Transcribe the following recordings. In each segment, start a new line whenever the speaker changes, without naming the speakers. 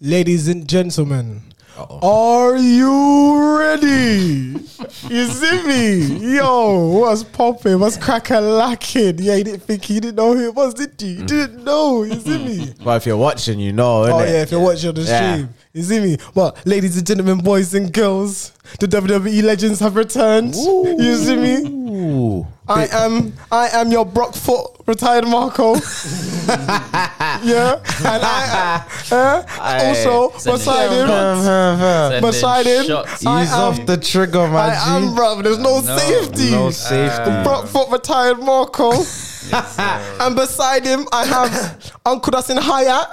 Ladies and gentlemen, are you ready? you see me? Yo, what's popping? What's cracker lacking? Yeah, you didn't think you didn't know who it was, did you? You didn't know. You see me?
But if you're watching, you know,
Oh,
innit?
yeah, if you're watching the
Yeah.
stream. You see me? But, ladies and gentlemen, boys and girls, the WWE legends have returned. You see me?
Ooh.
I am I am your Brockfoot retired Marco. yeah, and I uh,
Aye.
also
Send it.
beside him,
Shots.
Use
Send
Beside him,
shots.
I
off
am-
the trigger,
I
my
am
G.
bruv. There's no,
No.
safety.
No safety.
Brockfoot retired Marco, and beside him I have Uncle that's in Hayat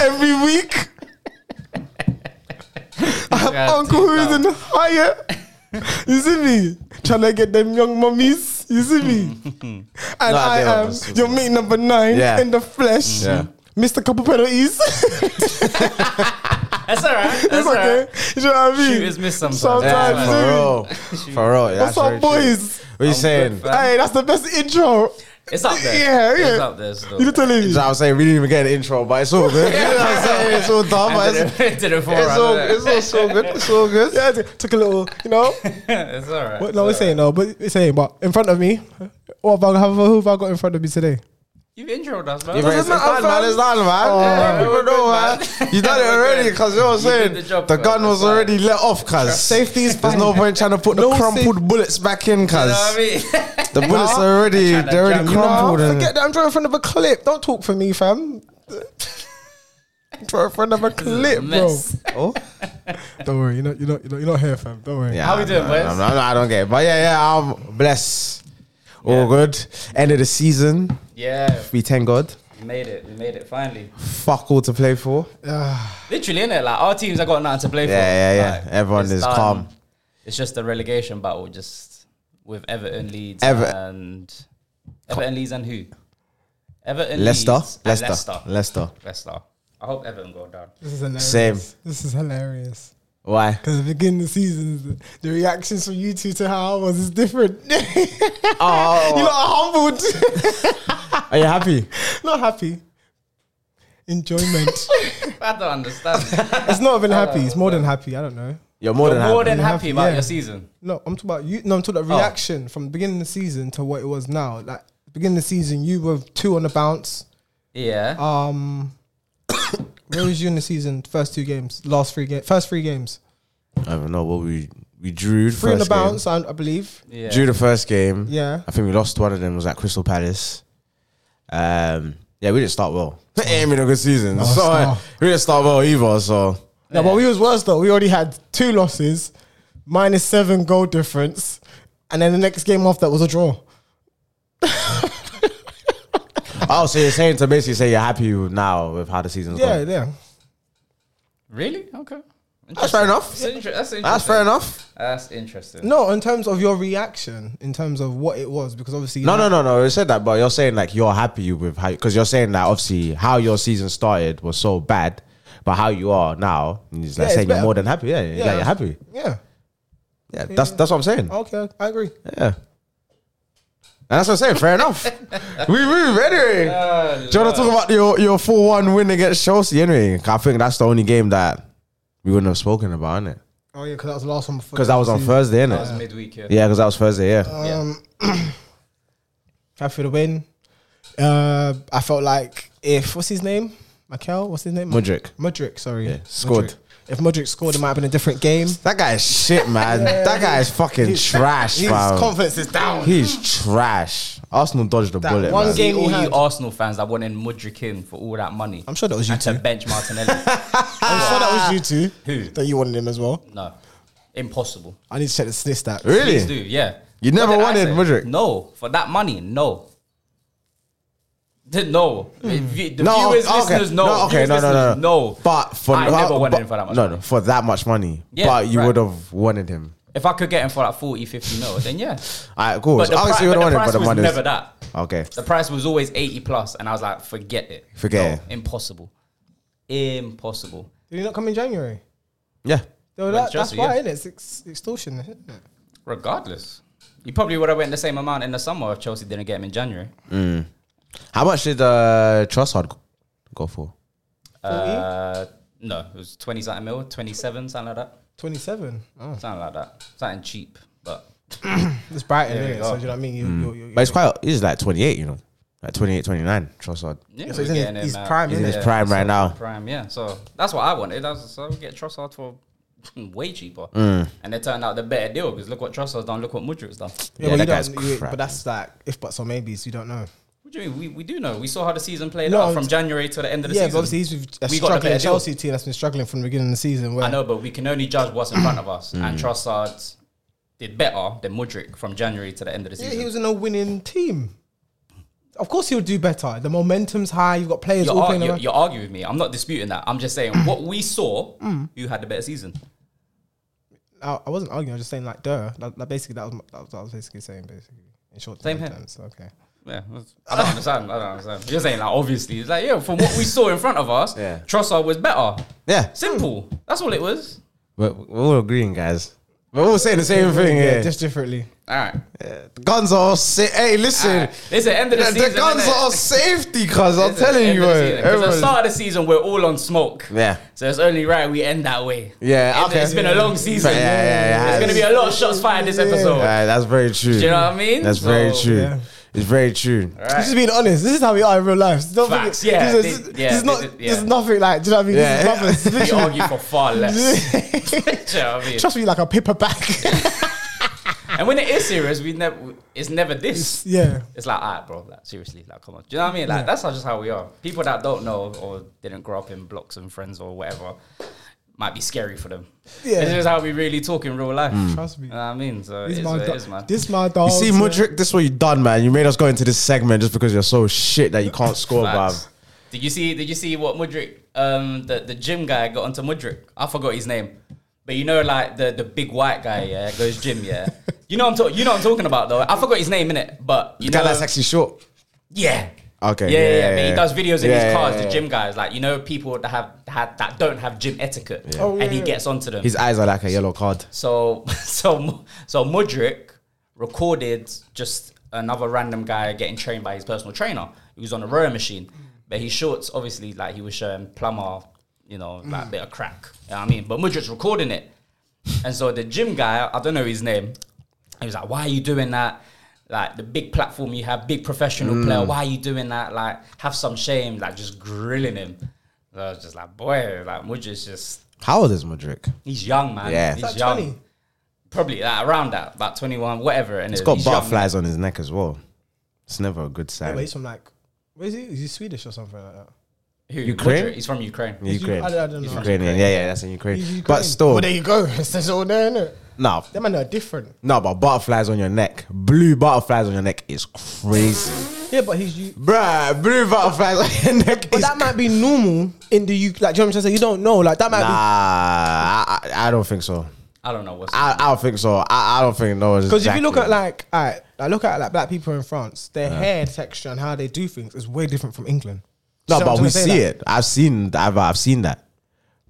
every week. I have
Yeah,
Uncle who's
deep
in Hayat. You see me trying to get them young mummies. You see me, and I
they
am
understood.
your mate number nine
Yeah.
in the flesh.
Yeah.
Mr. Couple Penalties.
That's all right. That's
it's
all
okay.
right.
You know what I mean?
Shooters miss sometimes.
Sometimes,
Yeah,
That's
dude.
fine.
for real. For real.
What's
that's very
up,
true.
boys?
What are you saying?
fam.
Hey, that's the best intro.
It's up there.
Yeah, yeah.
It's up there still.
You telling me?
So I was saying, we didn't even get an intro, but it's all good. You know what I'm saying? It's all dumb,
I
but
did
it's,
it, did it for
it's, all, it's all so good. It's all good.
Yeah, it took a little, you know.
It's all right.
What, no, we're
it's all right.
saying no, but it's saying, but in front of me, what have I, have, who have I got in front of me today?
You've introed us, man.
You've
That's
it's
all
done,
right.
man. It's done, man.
Yeah,
People
we're
know,
good,
man.
man.
You done it
We're
already,
good.
cuz you know what I'm
You
saying?
did the job,
The
cuz.
gun was
That's why.
already let off, cuz.
Safety is
There's
fine.
no point trying to put
No sa-
the crumpled bullets back in,
You
cuz.
know what I mean?
The bullets are already,
Tryna
they're already
jam.
crumpled.
Nah,
and-
forget that. I'm drawing from another clip. Don't talk for me, fam. drawing from another clip, bro.
Mess.
Oh?
Don't worry, you're not, you're not, you're not, you're not here, fam. Don't worry.
Yeah,
How we doing,
no,
boys?
no, no, I don't get it. But yeah, yeah, I'm blessed. All good. End of the season.
Yeah,
We thank God.
we made it. We made it finally.
Fuck all to play for.
Literally, innit? Like, our teams have got nothing to play for.
Yeah, yeah, yeah.
Like,
Everyone
it's
is
done.
calm.
It's just the relegation battle, just with Everton, Leeds,
Ever-
and. Everton, Leeds, and who? Everton,
Leicester.
Leeds, and
Leicester. Leicester.
Leicester. Leicester. I hope Everton go down.
This is hilarious.
Same.
This is hilarious.
Why?
Because at the beginning of the season, the reactions from you two to how I was is different. you
Oh,
lot are humbled.
are you happy?
not happy. Enjoyment.
I don't understand.
It's not even happy. It's more than happy. I don't know.
You're more
You're
than
more
happy.
than happy
happy,
about
yeah.
your season.
No, I'm talking about you. No, I'm talking about
Oh.
reaction from the beginning of the season to what it was now. Like beginning of the season, you were two on the bounce.
Yeah.
Ah,
Um, where was you in the season? First two games, last three games, first three games,
I don't know what we we drew.
three on the
first game.
bounce, I, I believe.
yeah.
Drew the first game.
Yeah,
I think we lost one of them was at Crystal Palace. Um, yeah, we didn't start well. It ain't been a good season.
No,
so
it's
uh,
not.
we didn't start well either. So
no, but we was worse though. We already had two losses, minus seven goal difference, and then the next game off that was a draw.
oh, so you're saying to basically say you're happy with- now with how the season's
Yeah,
gone.
yeah.
Really? Okay.
That's fair enough.
That's, inter- that's interesting.
That's fair enough.
That's interesting.
No, in terms of your reaction, in terms of what it was, because obviously
No, no, no, no. You said that, but you're saying like you're happy with how because you're saying that obviously how your season started was so bad, but how you are now is
Yeah,
like
it's
saying you're
better.
more than happy. Yeah, yeah,
Yeah. Oh.
you're happy.
Yeah.
Yeah, that's that's what I'm saying.
Okay, I agree.
Yeah. And that's what I'm saying. Fair enough. We move anyway.
Uh,
Do you want to talk about your, your 4 1 win against Chelsea anyway? I think that's the only game that we wouldn't have spoken about, innit?
Oh yeah, because that was the last one before.
Because that was on Thursday,
That was
innit?
midweek, yeah.
Yeah, because that was Thursday, yeah.
Um, happy for the win. Uh, I felt like if what's his name, Mikel, what's his name,
Mudrick.
Mudrick. Sorry,
Yeah, scored.
Mudrick. If Mudrick scored, it might have been a different game.
That guy is shit, man. that guy is fucking trash,
His
man.
confidence is down.
He's trash. Arsenal dodged the
That
bullet,
one
man.
game-
See
he
all
had-
you Arsenal fans that wanted Mudrick in for all that money.
I'm sure that was you
and to
two.
bench Martinelli.
I'm sure that was you two.
Who?
That you wanted him as well.
no. Impossible.
I need to check the sniff stat.
Please do,
Really?
yeah.
You
What
never
did I
wanted
say?
Mudrick?
No. For that money, no. Did- No. The vi- the
Hmm. No,
viewers,
okay.
listeners, no.
no, okay,
Viewers,
no, no, no,
listeners,
no. But for
I never wanted
but-
him for that much
No,
money.
no, for that much money.
Yeah,
but you
right.
would have wanted him.
If I could get him for like 40, 50 mil, then yeah.
All right, cool.
But the,
Obviously,
pri-
you would have
but
wanted,
the price
but the
was
money.
never that.
Okay.
The price was always 80 plus, and I was like, forget it.
Forget
No, Impossible. Impossible.
Did he not come in January?
Yeah.
No,
Went
that, that's
Chelsea,
why,
yeah.
innit? It's ex- extortion, isn't it?
Regardless. You probably would have went the same amount in the summer if Chelsea didn't get him in January.
How much did uh, Trossard go for?
Uh, No, it was 20 something mil, 27, something like that.
27. Oh,
Something like that. Something cheap, but
it's Brighton,
There
innit?
you
So,
go.
do you know what I mean? You, you, you,
But it's quite, he's like 28, you know, like 28, 29, Trossard.
yeah,
so
we're
he's in his-
getting him uh,
his
at-
prime,
He's in his prime
so
right now.
Prime, yeah. So that's what I wanted. That's, so we get Trossard for way cheaper, and it turned out the better deal because look what Trossard's done, look what Mudrik's done.
yeah, but,
Yeah,
you
that guy's
don't, you,
crap.
but that's like if but so maybes. You don't know.
What do you mean? We, we do know. We saw how the season played
No,
out from
it's-
January to the end of the
yeah,
season.
but obviously he's with a
We got the
struggling
better deal.
Chelsea team that's been struggling from the beginning of the season. Where
I know, but we can only judge what's in front of us. And Trossard did better than Mudrik from January to the end of the
Yeah,
season.
he was in a winning team. Of course, he'll do better. The momentum's high. You've got players
you're,
all
ar-
playing
you're,
around.
you're arguing with me. I'm not disputing that. I'm just
Mm.
saying what we saw. Who had the better season?
I, I wasn't arguing. I was just saying like, duh. That, that basically, that was, my- that was that was basically saying basically in short
Same
term
here.
terms. Okay.
Yeah, that's- I don't understand. I don't understand. You're saying like obviously, it's like yeah, from what we saw in front of us,
Yeah.
Trossard was better.
Mm.
Yeah,
Simple. That's all it was.
we're, we're all agreeing, guys. We're all saying the same thing
yeah,
here.
just differently.
All right.
guns are all sa- Hey, listen.
Alright. It's the end of the
The,
season.
guns
innit?
are all safety, cuz I'm
It's the
telling
end
you,
of the
man.
season. 'Cause at the
Everyone's-
start of the season, we're all on smoke.
Yeah.
So it's only right we end that way.
Yeah,
It's-
okay.
It's been a long season.
Yeah, yeah, yeah,
There's
yeah.
gonna be a lot of shots fired this episode.
Alright, that's very true.
Do you know what I mean?
That's very
So-
true.
Yeah.
It's very true.
This is being honest. This is how we are in real life. Don't think
Facts,
it-
yeah,
This is,
thi-
this
yeah,
is not.
this is-
This is
yeah.
nothing like. Do you know what I mean?
Yeah.
This is
We
nothing.
argue for far less. Do you know what I mean?
Trust me, like a paperback.
And when it is serious, we never. It's never this.
yeah.
It's like, alright, bro. Like, seriously, like, come on. Do you know what I mean? Like, that's how, just how we are. People that don't know or didn't grow up in blocks and friends or whatever might be scary for them.
Yeah.
This is how we really talk in real life.
Hmm.
Trust me.
You know what I mean? So
This
it is
my
what it
dog.
is, man.
This my dog.
You see, Mudrick, this is what you done, man. You made us go into this segment just because you're so shit that you can't score, bruv.
Facts. Did you see? Did you see what Mudrik, um, the the gym guy got onto Mudrik? I forgot his name, but you know, like the the big white guy, yeah, goes gym, yeah. You know, I'm talking. You know, I'm talking about though. I forgot his name in it, but you
The guy
know,
that's actually short.
yeah.
Okay,
Yeah,
yeah,
yeah, yeah,
yeah,
But he
yeah.
does videos in
Yeah,
his
yeah,
cars.
yeah,
The
yeah.
gym guys, like you know, people that have had that don't have gym etiquette,
Oh,
and
yeah,
he
yeah.
gets onto them.
His eyes are like a yellow card.
So so so Mudrick recorded just another random guy getting trained by his personal trainer. He was on a rowing machine, but his shorts obviously like he was showing plumber, you know, like bit of crack. You know what I mean, but Mudrick's recording it, and so the gym guy, I don't know his name, he was like, "Why are you doing that?" Like the big platform you have, big professional player. Why are you doing that? Like, have some shame. Like, just grilling him. So I was just like, boy, like Mudrick's just
How old is Mudrick?
he's young, man.
Yeah.
he's
Like
young
20.
probably like, around that, about 21, whatever. And
He's got butterflies on his neck as well. It's never a good
Yeah,
sign.
but he's from like. Where is he? Is he Swedish or something like that?
Who,
Ukraine?
Mudryk? He's from Ukraine.
He's
Ukraine.
U- I don't- I don't
He's
know.
Ukrainian. Yeah, yeah, that's in Ukraine.
He's Ukrainian.
But still,
Well, there you go. It's just all there, innit?
no,
Them man are different.
no, but butterflies on your neck, blue butterflies on your neck is crazy,
Yeah, but he's you.
bruh. Blue butterflies on your neck
But
is
that might be normal in the UK. Like, do you know what I'm trying to say? You don't know. Like, that might
nah. I, I I don't think so.
I don't know what's.
I, I don't think so. I, I don't think no. Because
Because if you look at like, alright, I look at like black people in France, their hair texture and how they do things is way different from England.
no,
See what I'm
but
trying
we
to say?
see
Like,
it. I've seen. I've I've seen that.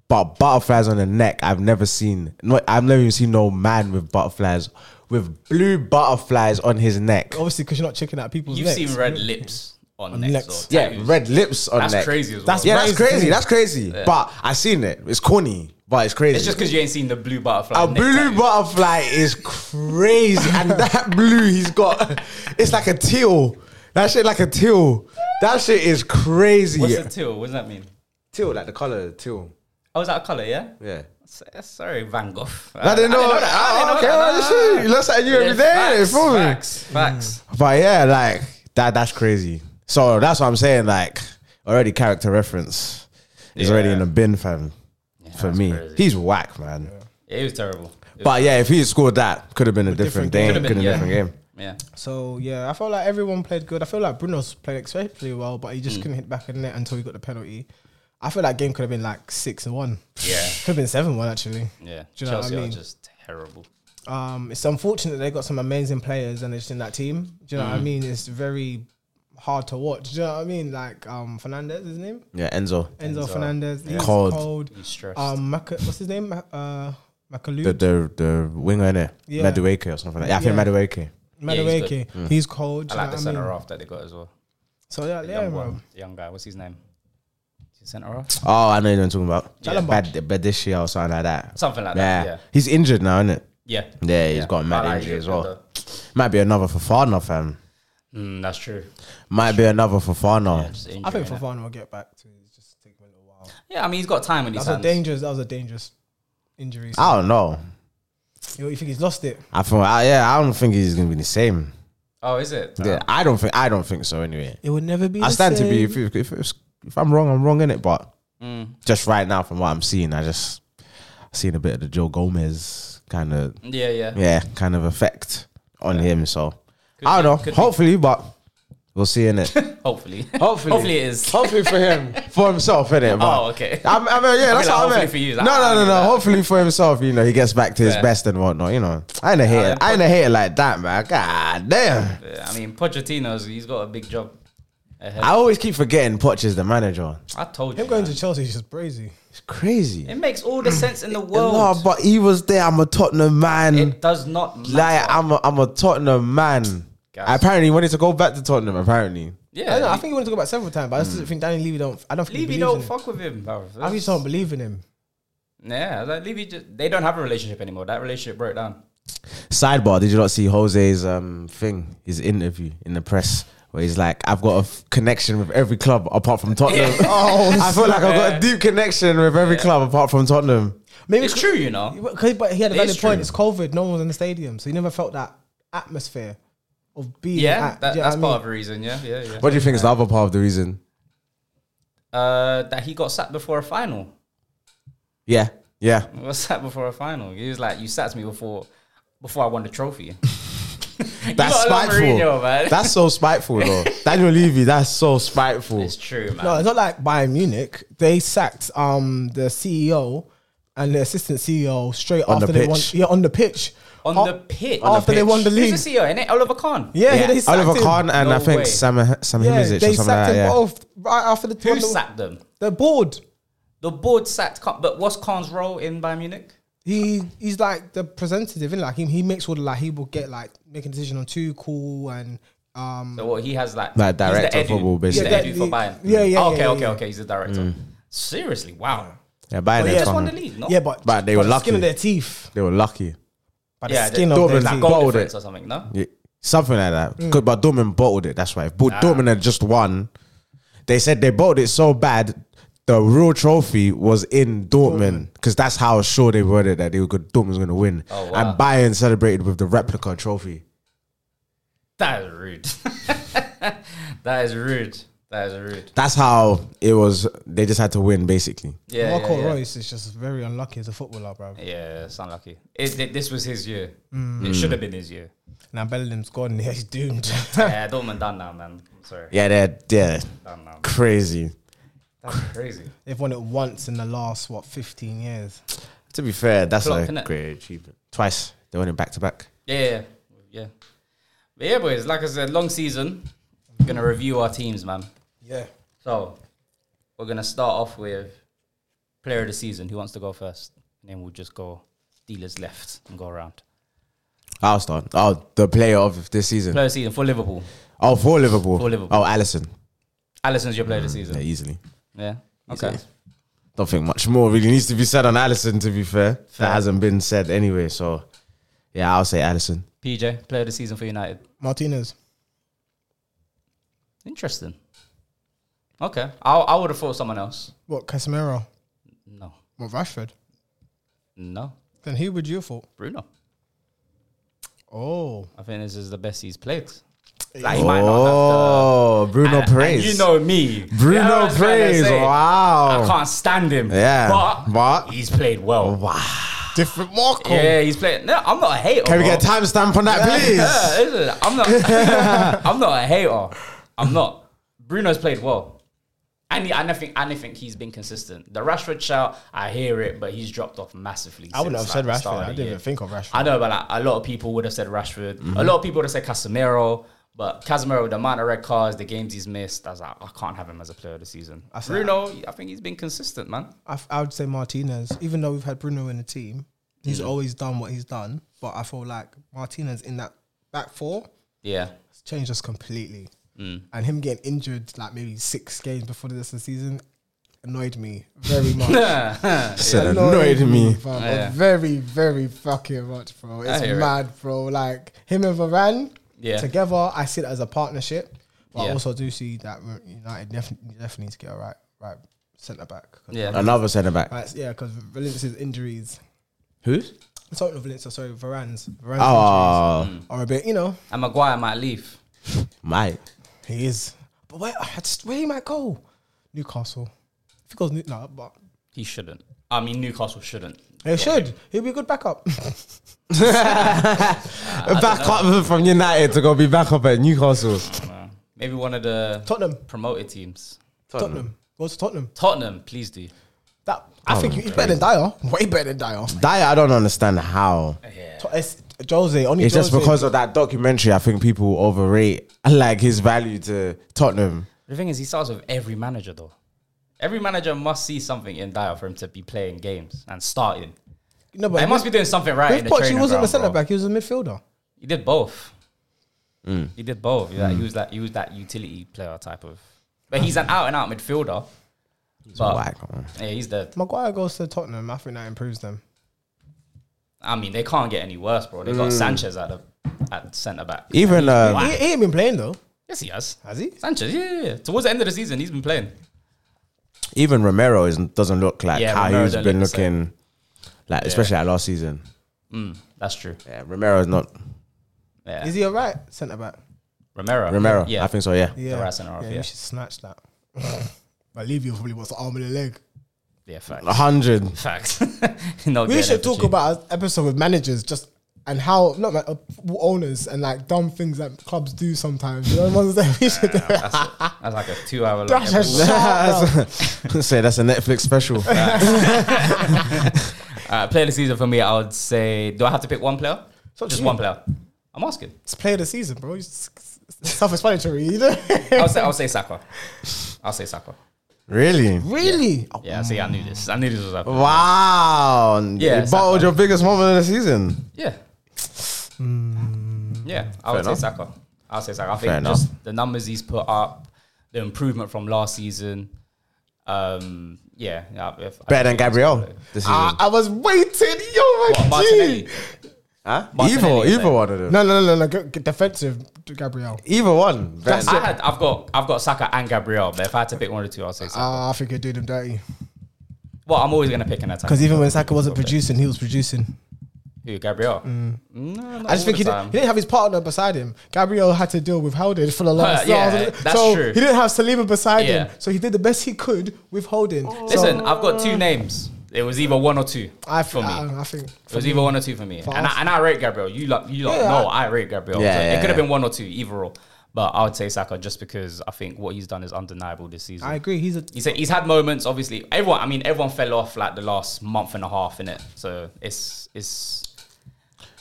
But butterflies on the neck, I've never seen. No, I've never even seen no man with butterflies, with blue butterflies on his neck.
Oh,
Obviously, because you're not checking out people's
You've
necks.
seen red lips on
On
necks.
necks.
Or
Yeah,
tattoos.
red lips on
That's
neck.
crazy as well.
That's
yeah, that's
crazy.
crazy. That's crazy. But I seen it. It's corny, but it's crazy.
It's just because you ain't seen the blue butterfly.
a
neck
blue
tattoo.
butterfly is crazy, and that blue he's got, it's like a teal. That shit like a teal. That shit is crazy.
What's a teal? What does that mean?
teal, like the color teal.
Oh, is that a color? Yeah.
Yeah.
S- eh, Sorry, Van Gogh. Ah,
I didn't know that. Oh, okay, well, shit. He looks at you every day.
Facts,
feel me?
facts, facts.
But yeah, like that. That's crazy. So that's what I'm saying. Like already character reference is already
Yeah.
in the bin, fam. for
that's
me,
crazy.
he's whack, man.
Yeah, it was terrible. It
But yeah, if he had scored that, could have been a different,
different
game.
game.
Could have been a
yeah.
different game.
Yeah.
So yeah, I felt like everyone played good. I feel like Bruno's played exceptionally well, but he just
Mm.
couldn't hit back in the net until he got the penalty. I feel that game could have been like six and one.
Yeah.
could have been seven one actually.
Yeah.
Do you know what I
Chelsea
mean?
are just terrible.
Um, it's unfortunate they got some amazing players and it's in that team. Do you know what I mean? It's very hard to watch. Do you know what I mean? Like um, Fernandez, is his name
Yeah, Enzo.
Enzo,
Enzo.
Fernandez. He's
Cold.
cold.
He's stressed.
Um, Maca, what's his name? Ma- Uh,
The
Makalu.
the the winger in it,
Yeah.
Madueke or something like that. Yeah, I
Yeah.
think Madueke.
Madueke.
Yeah,
he's, cold. do
I
you know
like the
what I
centre
mean?
half that they got as well.
So yeah,
The
yeah,
young
bro.
one, the young guy. What's his name? Centre off.
Oh, I know you're talking about.
Yeah.
Bad, Badishia or something like that.
Something like that, yeah.
He's injured now, isn't it?
Yeah. Oh,
Yeah, he's got a mad
I like
injury
it
as
with
well. Might be another Fafana, fam.
the- Mm, that's true.
Might be another Fafana.
Just
I
injury,
think
innit?
Fofana will get back to. It's just take him a little while.
Yeah, I mean, he's got time in
That
his
was a
hands.
dangerous. That was a dangerous injury.
I don't know.
You, you think he's lost it?
I think, I, yeah, I don't think he's gonna be the same.
Oh, is it?
Yeah, I don't think. I don't think so. Anyway,
It would never be.
I
the
stand to be.
same.
If if, if, it's- if I'm wrong, I'm wrong in it. But
Mm.
just right now, from what I'm seeing, I just seen a bit of the Joe Gomez kind of
Yeah, yeah.
yeah kind of effect on him. So I don't
be,
know.
could be.
Hopefully, but we'll see in it.
Hopefully.
Hopefully.
Hopefully it is.
hopefully for him, for himself, in it.
Oh, okay.
I, I mean, yeah, that's
like,
what I
hopefully
meant.
for you,
no,
like,
no,
I
no,
mean,
no.
like-
Hopefully for himself, you know, he gets back to his
Fair.
best and whatnot. You know, I ain't a hater. I ain't a hater like that, man. God damn.
Yeah, I mean, Pochettino's, he's got a big job ahead.
I always keep forgetting Poch is the manager.
I told you.
Him going
man.
to Chelsea is just crazy.
It's crazy.
it makes all the sense in the
No,
world.
but he was there. I'm a Tottenham man.
It does not matter.
like I'm a, I'm a Tottenham man.
Guys.
Apparently, he wanted to go back to Tottenham. Apparently,
I, don't know,
yeah, Hmm.
I think you want to go back several times, but I just think Danny Levy don't. I don't think
Levy
he believes
don't
in him.
fuck with him, bro.
I just don't believe in him.
Yeah, like Levy just they don't have a relationship anymore. That relationship broke down.
sidebar. Did you not see Jose's um thing? His interview in the press. Where he's like, I've got a f- connection with every club apart from Tottenham. oh, I feel like I've got a deep connection with every club apart from Tottenham.
Maybe
It's true, you know.
Because but he had a
It
valid
is
point.
true.
It's COVID. No one was in the stadium, so he never felt that atmosphere of being.
Yeah,
at,
that,
do you know
that's
what I
part of
mean?
the reason. Yeah, yeah, yeah.
What do you think is the other part of the reason?
Uh, that he got sacked before a final.
Yeah, yeah.
He got sacked before a final. He was like, "You sacked me before, before I won the trophy." You
That's
gotta love
spiteful.
Mourinho, man.
That's so spiteful, though. Daniel Levy, that's so spiteful.
it's true, man.
No, it's not like Bayern Munich. They sacked um the CEO and the assistant CEO straight
On the
after they won.
pitch.
Yeah, on the pitch.
on
Af-
the pitch,
after they won the league.
Who's the CEO? Innit? Oliver Kahn.
Yeah, they sacked
Oliver
him.
Khan and
No
I think
way.
Sam Sam
Yeah,
Himizic
they
or
sacked
something like that.
him
yeah.
both right after the
Who
the,
sacked them?
the board.
The board sacked Kahn. But what's Kahn's role in Bayern Munich?
He he's like the representative, and like he he makes all the like he will get like make a decision on two cool and um
So what he has like
Like
he's the
director of
Edu.
football,
He's the
basically.
Edu for Bayern.
Yeah, yeah,
Oh, okay,
yeah,
okay,
yeah.
okay. He's the director. Seriously, wow.
Yeah, Bayern
But
and
yeah,
Oh, Just won the
Tottenham.
league, no?
yeah, but
But they were
the skin
lucky.
of their teeth,
They were lucky.
by
Yeah,
the skin
they-
of their
Dortmund,
teeth.
like,
goal
Bottled
difference or something, no?
Yeah, something like that.
Mm.
Good, but Dortmund bottled it. That's why. If Bo- Dortmund had just won, they said they bottled it so bad. The real trophy was in Dortmund because that's how sure they were that they were good. Dortmund was going to win,
Oh, wow.
and Bayern celebrated with the replica trophy.
That is rude. that is rude. That is rude.
That's how it was. They just had to win, basically.
Yeah,
Marco
yeah, yeah.
Royce is just very unlucky as a footballer, bro.
Yeah, it's unlucky. It, th- this was his year. It should have been his year.
Now Bellingham's gone. Yeah, he's doomed.
yeah, Dortmund done now, man. I'm sorry,
Yeah, they're they're
done now.
crazy.
That's crazy.
They've won it once in the last what fifteen years.
To be fair, that's
Klopp,
a
innit?
great achievement. Twice they won it back to back.
Yeah, yeah, yeah. But yeah, boys. Like I said, long season. We're gonna review our teams, man.
Yeah.
So we're gonna start off with player of the season. Who wants to go first? And then we'll just go dealers left and go around.
I'll start. Oh, the player of this season.
Player of the season for Liverpool.
Oh, for Liverpool.
For Liverpool.
Oh, Allison.
Allison's your player of the
Yeah,
season.
easily.
Yeah. Okay.
Don't think much more really needs to be said on Allison. To be fair, that hasn't been said anyway. So, yeah, I'll say Allison.
PJ, player of the season for United.
Martinez.
Interesting. Okay. I I would have thought someone else.
What Casemiro?
No.
What Rashford?
No.
Then who would you have thought?
Bruno.
Oh,
I think this is the best he's played.
oh, Bruno
and- and
Praise.
you know me.
Bruno
You know what I'm trying to
Praise.
say?
Wow.
I can't stand him.
Yeah,
But,
but-
he's played well.
different Marco.
Yeah, he's played. No, I'm not a hater.
Can we
bro.
get a timestamp on that, please?
Yeah, listen, I'm not. I'm not a hater. I'm not. Bruno's played well, and he, and I think and I think he's been consistent. The Rashford shout, I hear it, but he's dropped off massively.
I wouldn't have
since,
said
like, the start
Rashford.
of
I
the
didn't
year.
even think of Rashford.
I know, but like, a lot of people would have said Rashford.
Mm-hmm.
A lot of people would have said Casemiro. But Casemiro, the amount of red cards, the games he's missed, I was like, I can't have him as a player of the season.
said-
Bruno, I think he's been consistent, man.
I, f- I would say Martinez, even though we've had Bruno in the team, he's always done what he's done. But I feel like Martinez in that back four
Yeah,
has changed
Mm.
us completely. And him getting injured like maybe six games before the rest of the season, annoyed me very much.
yeah, Oh,
Said annoyed me.
bro.
Yeah.
Very, very fucking much, bro. It's
hear it.
mad, bro. Like him and Varane
Yeah.
together, I see it as a partnership. But I
Yeah.
also do see that we're- United definitely definitely need to get a right right centre back. 'Cause-
Another centre back.
Right, yeah, because Valencia's injuries.
Who's?
Sorry, not Valencia. Sorry, Varane's. Varane's
Oh,
injuries are a bit. You know,
and Maguire might leave.
mate.
he is. But where I just, where he might go? Newcastle. If he goes, New, no, but
He shouldn't. I mean, Newcastle shouldn't.
he should. He'll be a good backup.
back up from United to go be back up at Newcastle.
Uh, maybe one of the
Tottenham.
promoted teams.
Tottenham. Go to Tottenham.
Tottenham, please do.
That I think he's better than Dyer. Way better than Dyer.
Dyer, I don't understand how.
To- It's Jose. Only
It's just
Jose.
because of that documentary. I think people overrate like his value to Tottenham.
The thing is, he starts with every manager though. Every manager must see something in Dyer for him to be playing games and starting.
no,
They
but
must be doing something right.
with
in the
Poch, he
training
wasn't a
ground,
centre
bro.
back. He was a midfielder.
He did both.
Mm.
He did both. He was that- He was that. He was that utility player type of. But he's an out and out midfielder. but
Whack, man.
yeah, he's the.
Maguire goes to Tottenham. I think that improves them.
I mean, they can't get any worse, bro. They have
Mm.
got Sanchez at the at centre back.
Even
He,
um,
he ain't been playing though,
Yes, he has.
has he?
Sanchez, yeah, yeah, yeah. Towards the end of the season, he's been playing.
even Romero is, doesn't look like
Yeah,
how
Romero
he's
don't
been
look the same.
looking. Like especially like last season.
Mm, that's true.
Yeah, Romero's not
Yeah.
Is he a right centre back?
Romero.
Romero.
Yeah.
I think so. Yeah.
Yeah,
right centre half,
yeah,
yeah.
you should snatch that. but Levy probably wants an arm and a leg.
Yeah, facts.
A hundred.
Facts. Not
We
getting
should
it for
talk
cheap.
about an episode with managers just and how not like, uh, football owners and like dumb things that clubs do sometimes. You know the ones that we should do.
That's, that's like a two hour long.
That's a
episode.
shout, bro.
Say that's a Netflix special.
Uh, player of the season for me, I would say. Do I have to pick one player?
up to
Just
you.
one player. I'm asking.
It's player of the season, bro. It's self-explanatory. You know?
I'll say. I'll say Saka. I'll say Saka.
really?
really? Oh,
Yeah. See, I knew this. I knew this was happening.
Wow.
Yeah,
You bottled
exactly.
your biggest moment of the season.
Yeah.
Hmm.
Yeah. I would
Fair
say Saka. I'll say Saka. I
Fair
think just the numbers he's put up, the improvement from last season. Um. Yeah. yeah, if- I
Better than
think he's
Gabriel
gonna-
this season.
ah.
I, I was waiting. Yo, my
What,
G.
Martinelli?
huh?
Martinelli,
Evil,
you're
evil
saying?
one of them.
No, no, no, no, no. G- g- defensive, Gabriel.
Either one. Better
I
than-
had, I've got, I've got Saka and Gabriel, but if I had to pick one or two, I'll say Saka.
Uh, I think you're doing him dirty.
Well, I'm always gonna pick an attack
Because even when Saka wasn't producing, he was producing.
Who, Gabriel?
Hmm.
No, not
I just
all
think
the
he, did,
time.
he didn't have his partner beside him. Gabriel had to deal with Holding for the last.
yeah, that's
so
true.
He didn't have Saliba beside
Yeah.
him, so he did the best he could with Holding.
Listen, I've got two names. It was either one or two
I,
for
think
me.
I, I think
it was either one or two for me, and
us.
I, and I rate Gabriel. You like you like
Yeah,
no, I, rate Gabriel.
Yeah,
So
yeah,
it could have
yeah.
been one or two, either or. But I would say Saka just because I think what he's done is undeniable this season.
I agree. He's a
he's he's had moments. Obviously, everyone. I mean, everyone fell off like the last month and a half in it. So it's it's.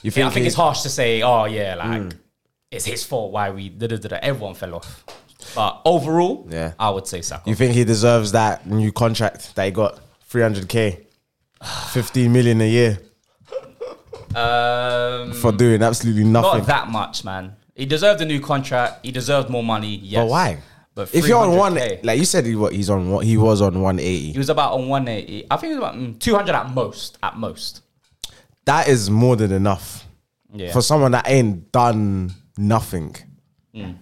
you
I think
he-
it's harsh to say. Oh yeah,
Hmm.
like it's his fault. Why we da, da, da, da. everyone fell off. But overall,
Yeah.
I would say Saka.
You think he deserves that new contract that he got? 300k, 15 million a year
Um,
for doing absolutely nothing.
Not that much, man. He deserved a new contract. He deserved more money. Yes.
But why?
But
If you're on one,
300K,
like you said, he, what, he's on what he was on
he
180.
was about on 180. I think he was about mm, 200 at most. At most.
That is more than enough
Yeah.
for someone that ain't done nothing.
Hmm.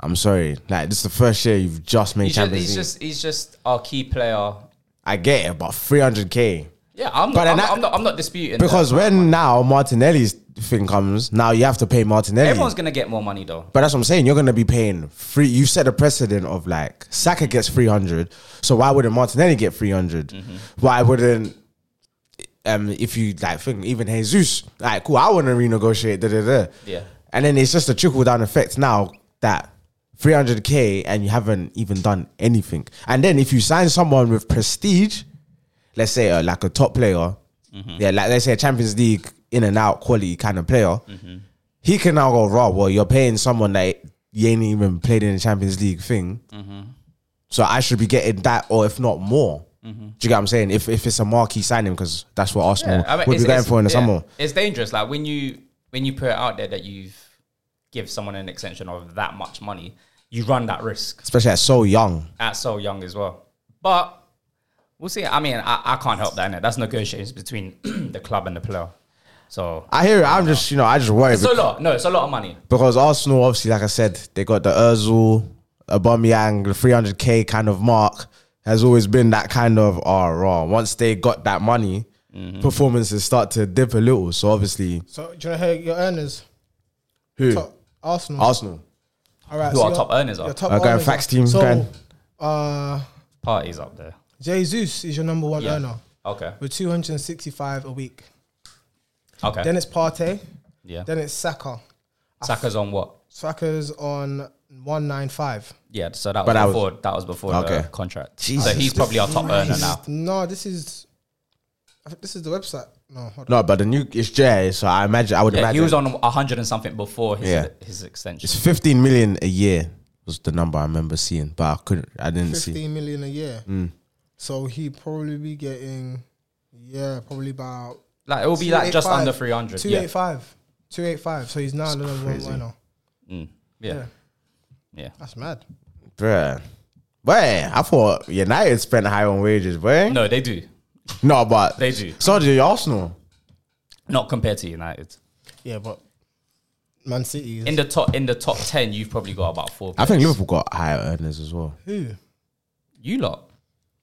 I'm sorry, like this is the first year you've just made
he's, just,
Champions
he's
League.
just he's just our key player.
I get it, but 300k
Yeah, I'm
But
not,
then
I'm,
that-
I'm not. I'm not disputing
because
that.
when now Martinelli's thing comes, now you have to pay Martinelli.
everyone's gonna get more money though.
But that's what I'm saying. You're gonna be paying free. You set a precedent of like Saka gets 300, so why wouldn't Martinelli get 300? Why wouldn't um if you like think even Jesus like cool? I want to renegotiate. Da, da, da.
Yeah.
And then it's just a trickle down effect now that 300k and you haven't even done anything. And then if you sign someone with prestige, let's say uh, like a top player, yeah, like let's say a Champions League in and out quality kind of player, he can now go raw. Well, you're paying someone that you ain't even played in the Champions League thing,
Mm-hmm.
so I should be getting that or if not more. Do
Mm-hmm.
you get what I'm saying? If if it's a marquee signing, because that's what Arsenal
I mean,
would be
it's-
going
it's-
for in the
yeah,
summer.
It's dangerous. Like when you when you put it out there that you've give someone an extension of that much money, you run that risk
especially at so young.
at so young as well. But we'll see. I mean, I, I can't help that. Innit? That's negotiations between the club and the player. So
I hear it. I'm just, you know, I just worry
it's a lot. No, it's a lot of money.
because Arsenal, obviously, like I said, they got the Özil, Aubameyang, the 300k kind of mark has always been that kind of oh, raw. Once they got that money,
Mm-hmm.
performances start to dip a little. So obviously,
So do you know who your earners?
who
Top Arsenal.
Arsenal?
All right.
Who our
your-
top earners are?
your top
Uh, going
earners
facts
are-
team,
So,
going.
uh,
Parties up there.
Jesus is your number one
Yeah.
earner
Okay.
with 265 a week.
Okay.
Then it's Partey.
yeah.
Then it's Saka.
Saka's on what?
Saka's on 195.
Yeah. So that was
But that was-
before. that was before
Okay.
the contract.
Jesus,
so he's probably our top earner now.
No, this is. I think this is the website. No, hold on.
No, but the new it's Jay, so I imagine I would
Yeah,
imagine
he was on a hundred and something before his
Yeah.
his extension.
it's 15 million a year was the number I remember seeing, but I couldn't, I didn't see.
15 million a year. So he probably be getting, yeah, probably about
Like it will be like just
285.
under three hundred. Yeah.
285. 285. So he's now the number one winner.
Mm. yeah. Yeah.
That's mad.
Bruh. Boy, I thought United spent high on wages, boy. No,
No, they do
but
They do.
So did Arsenal.
not compared to United.
Yeah, but Man City is.
In the top in the top ten, you've probably got about four.
I
Players.
think Liverpool got higher earners as well.
who?
you lot.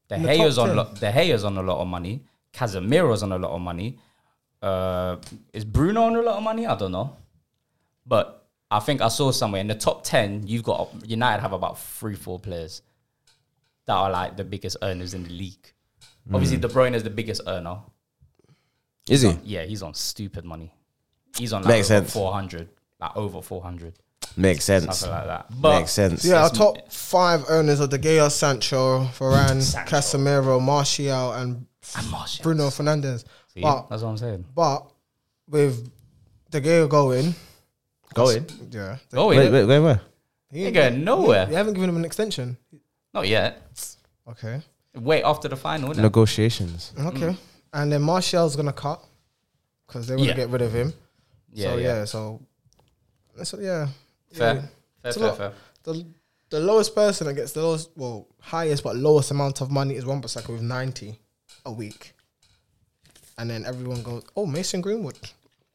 The
the
Hayers
top
on
10.
lo- the Hayers on a lot of money. Casemiro's on a lot of money. Uh, is Bruno on a lot of money? I don't know, but I think I saw somewhere in the top ten. You've got United have about three, four players that are like the biggest earners in the league. Obviously, De Bruyne is the biggest earner.
Is he?
Yeah, he's on stupid money. He's on
Makes
like over
sense.
four hundred, like over four hundred,
Makes sense.
something like that. But
Makes sense.
Yeah, our top five owners are De Gea, Sancho, Varane,
Sancho.
Casemiro, Martial, and
And Martial.
Bruno Fernandez.
See,
But
that's what I'm saying.
but with De Gea going,
Go in.
yeah,
Oh,
Wait,
wait,
wait, wait, wait.
he
they're
ain't-
going nowhere.
They haven't given him an extension.
Not yet.
Okay,
Wait after the final. innit?
Negotiations.
okay, Mm. and then Martial's gonna cut because they want to
Yeah.
get rid of him.
Yeah,
so yeah,
yeah.
so that's yeah.
Fair.
Yeah.
Fair,
It's a
fair,
lot.
fair.
The the lowest person that gets the lowest, well, highest but lowest amount of money is one Bissaka with ninety a week, and then everyone goes, "Oh, Mason Greenwood,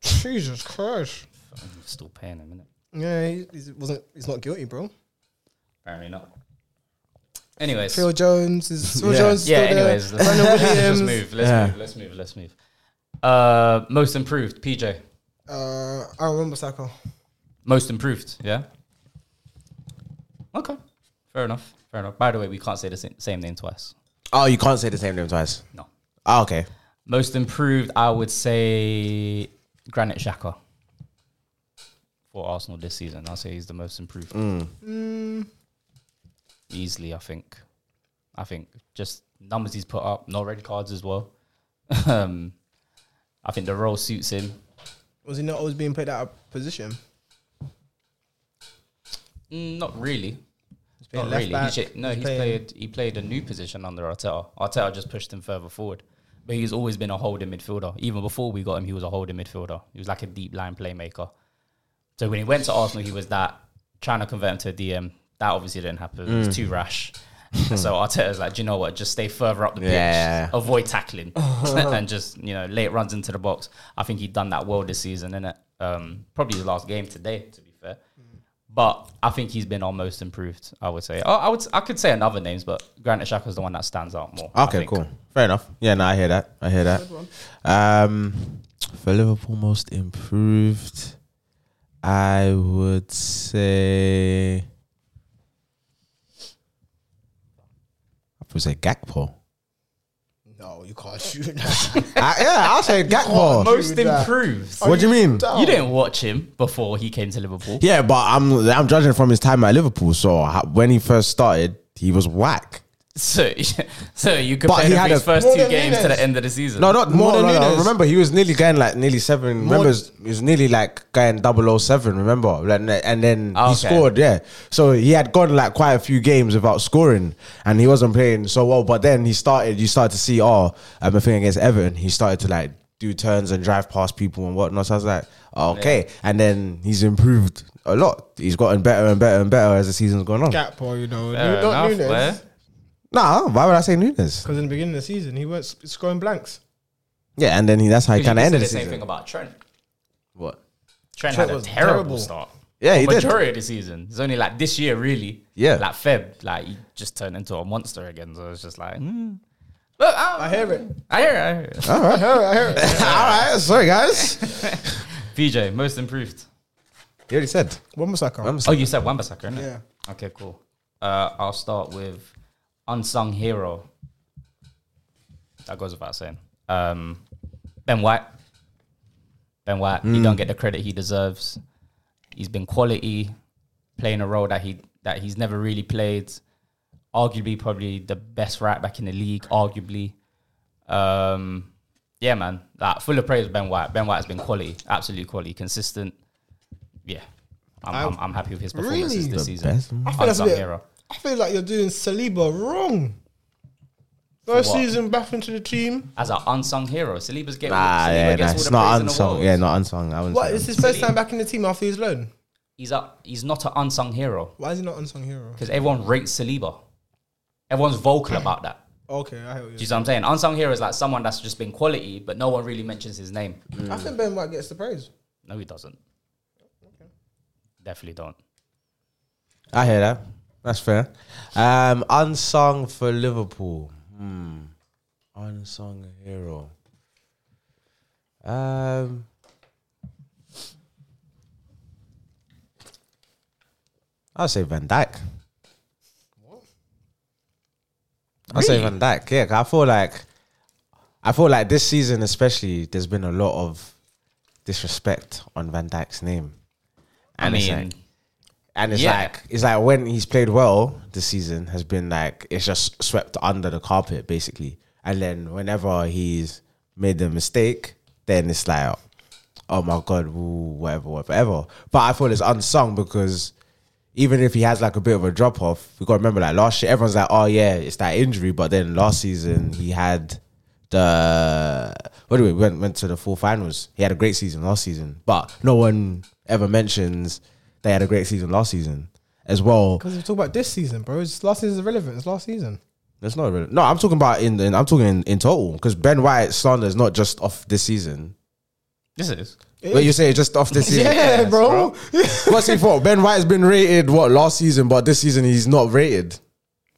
Jesus Christ."
I'm still paying him, innit?
Yeah, he, he wasn't. He's not guilty, bro.
Apparently not. Anyways.
Phil Jones is Phil
Yeah.
Jones. Is
yeah,
still there.
anyways. Let's,
Brandon
let's
Williams.
just move. Let's
Yeah.
move. Let's move. Let's move. Uh, most improved, PJ.
Uh, I remember Saka.
Most improved, yeah? Okay. Fair enough. Fair enough. By the way, we can't say the same, same name twice.
Oh, you can't say the same name twice.
No.
Oh, okay.
Most improved, I would say Granite Xhaka for Arsenal this season. I'll say he's the most improved. Mm. Easily, I think. I think just numbers he's put up, no red cards as well. um, I think the role suits him.
Was he not always being played out of position?
Mm, not really.
playing
Not
left
really.
back,
He should, no,
he's
he's,
playing-
played. He played a new position under Arteta. Arteta just pushed him further forward, but he's always been a holding midfielder. Even before we got him, he was a holding midfielder. He was like a deep line playmaker. So when he went to Arsenal, he was that trying to convert him to a DM. That obviously didn't happen. It
Mm.
was too rash. so Arteta's like, do you know what? Just stay further up the pitch,
Yeah.
avoid tackling, and just you know late runs into the box. I think he'd done that well this season, innit? Um, probably his last game today, to be fair. But I think he's been our most improved. I would say. Oh, I would. I could say another names, but Granit Xhaka's the one that stands out more. I
Okay,
think.
cool. Fair enough. Yeah, no, I hear that. I hear that. Um, for Liverpool, most improved, I would say. I would say Gakpo.
No, you can't shoot that.
I, yeah, I'll say Gakpo.
Most
Dude, that- Oh.
improved.
What do you mean?
Oh, You didn't watch him before he came to Liverpool.
Yeah, but I'm I'm judging from his time at Liverpool. So how, when he first started, he was whack.
So, so you compare
he
him
had
his
a-
first
More
two
than
games to
Nunes.
the end of the season.
No, not more
More
no,
than
no, no.
Nunes.
Remember, he was nearly going like nearly seven.
More-
remember, he was nearly like going 007, Remember, Like, ne- and then
Oh,
he
okay.
scored. Yeah, so he had gone like quite a few games without scoring, and he wasn't playing so well. But then he started. You started to see, oh, um, I think against Everton, he started to like do turns and drive past people and whatnot. So I was like, oh, okay. And then he's improved a lot. He's gotten better and better and better as the season's gone on.
Gap, or you know,
Fair
not
enough,
Nunes.
where?
Nah, why would I say Nunes?
Because in the beginning of the season, he was scoring blanks.
Yeah, and then he, that's how he
You
kind
could
of
say
ended
the
the
same thing
season.
about Trent.
What?
Trent,
Trent
had a
was
terrible,
terrible.
start.
Yeah, he did.
Majority of the season. It's only like this year, really.
Yeah.
Like Feb, like he just turned into a monster again. So it's just like, hmm. look, I,
I hear it.
I hear it. I hear it.
All right,
I hear it. I hear it.
all right. Sorry, guys.
VJ, most improved.
You already said.
One Bissaka.
Wan-Bissaka.
Oh, you said Wambasaka, innit?
Yeah.
Okay, cool. Uh, I'll start with unsung hero. That goes without saying. Um, ben White. Ben White.
Mm.
He don't get the credit he deserves. He's been quality, playing a role that he that he's never really played. Arguably, probably the best right back in the league. Arguably, um, yeah, man. Like full of praise, for Ben White. Ben White has been quality, absolute quality, consistent. Yeah, I'm, I'm, I'm happy with his performances
Really?
this
The
season.
best? I
I feel that's a
Unsung
bit.
hero.
I feel like you're doing Saliba wrong. First
what?
season back into the team.
as an unsung hero. Saliba's getting
Nah,
Saliba
yeah,
gets
nah,
all the
it's not
praise in the
unsung.
world.
Yeah, not unsung. I wouldn't
What
say
is
unsung.
his first time back in the team after his loan?
He's a he's not an unsung hero
Why is he not unsung hero?
because everyone rates Saliba. Everyone's vocal about that.
Okay, I hear
Do
you.
you see what I'm saying? Unsung hero is like someone that's just been quality, but no one really mentions his name.
I think Ben White gets the praise.
No, he doesn't. Definitely don't.
I hear that. That's fair. Um, unsung for Liverpool. Hmm. Unsung hero. Um. I'll say Van Dyke. I'll say Van Dyke. Yeah, 'cause I feel like, I feel like this season especially, there's been a lot of disrespect on Van Dyke's name.
I
it's
mean,
like- and it's
Yeah.
like it's like when he's played well this season has been like it's just swept under the carpet basically. And then whenever he's made a mistake, then it's like oh my god, ooh, whatever, whatever. But I feel it's unsung because even if he has like a bit of a drop off, we gotta remember like last year everyone's like, Oh yeah, it's that injury, but then last season he had the what do we went went to the four finals. He had a great season last season, but no one ever mentions they had a great season last season as well.
Because we talk about this season, bro. It's last season's irrelevant. It's last season.
That's not really. No, I'm talking about in, in I'm talking in, in total because Ben White's slander is not just off this season.
this is
But you say it's just off this season?
Yeah, bro.
What's he for? Ben White's been rated what last season, but this season he's not rated.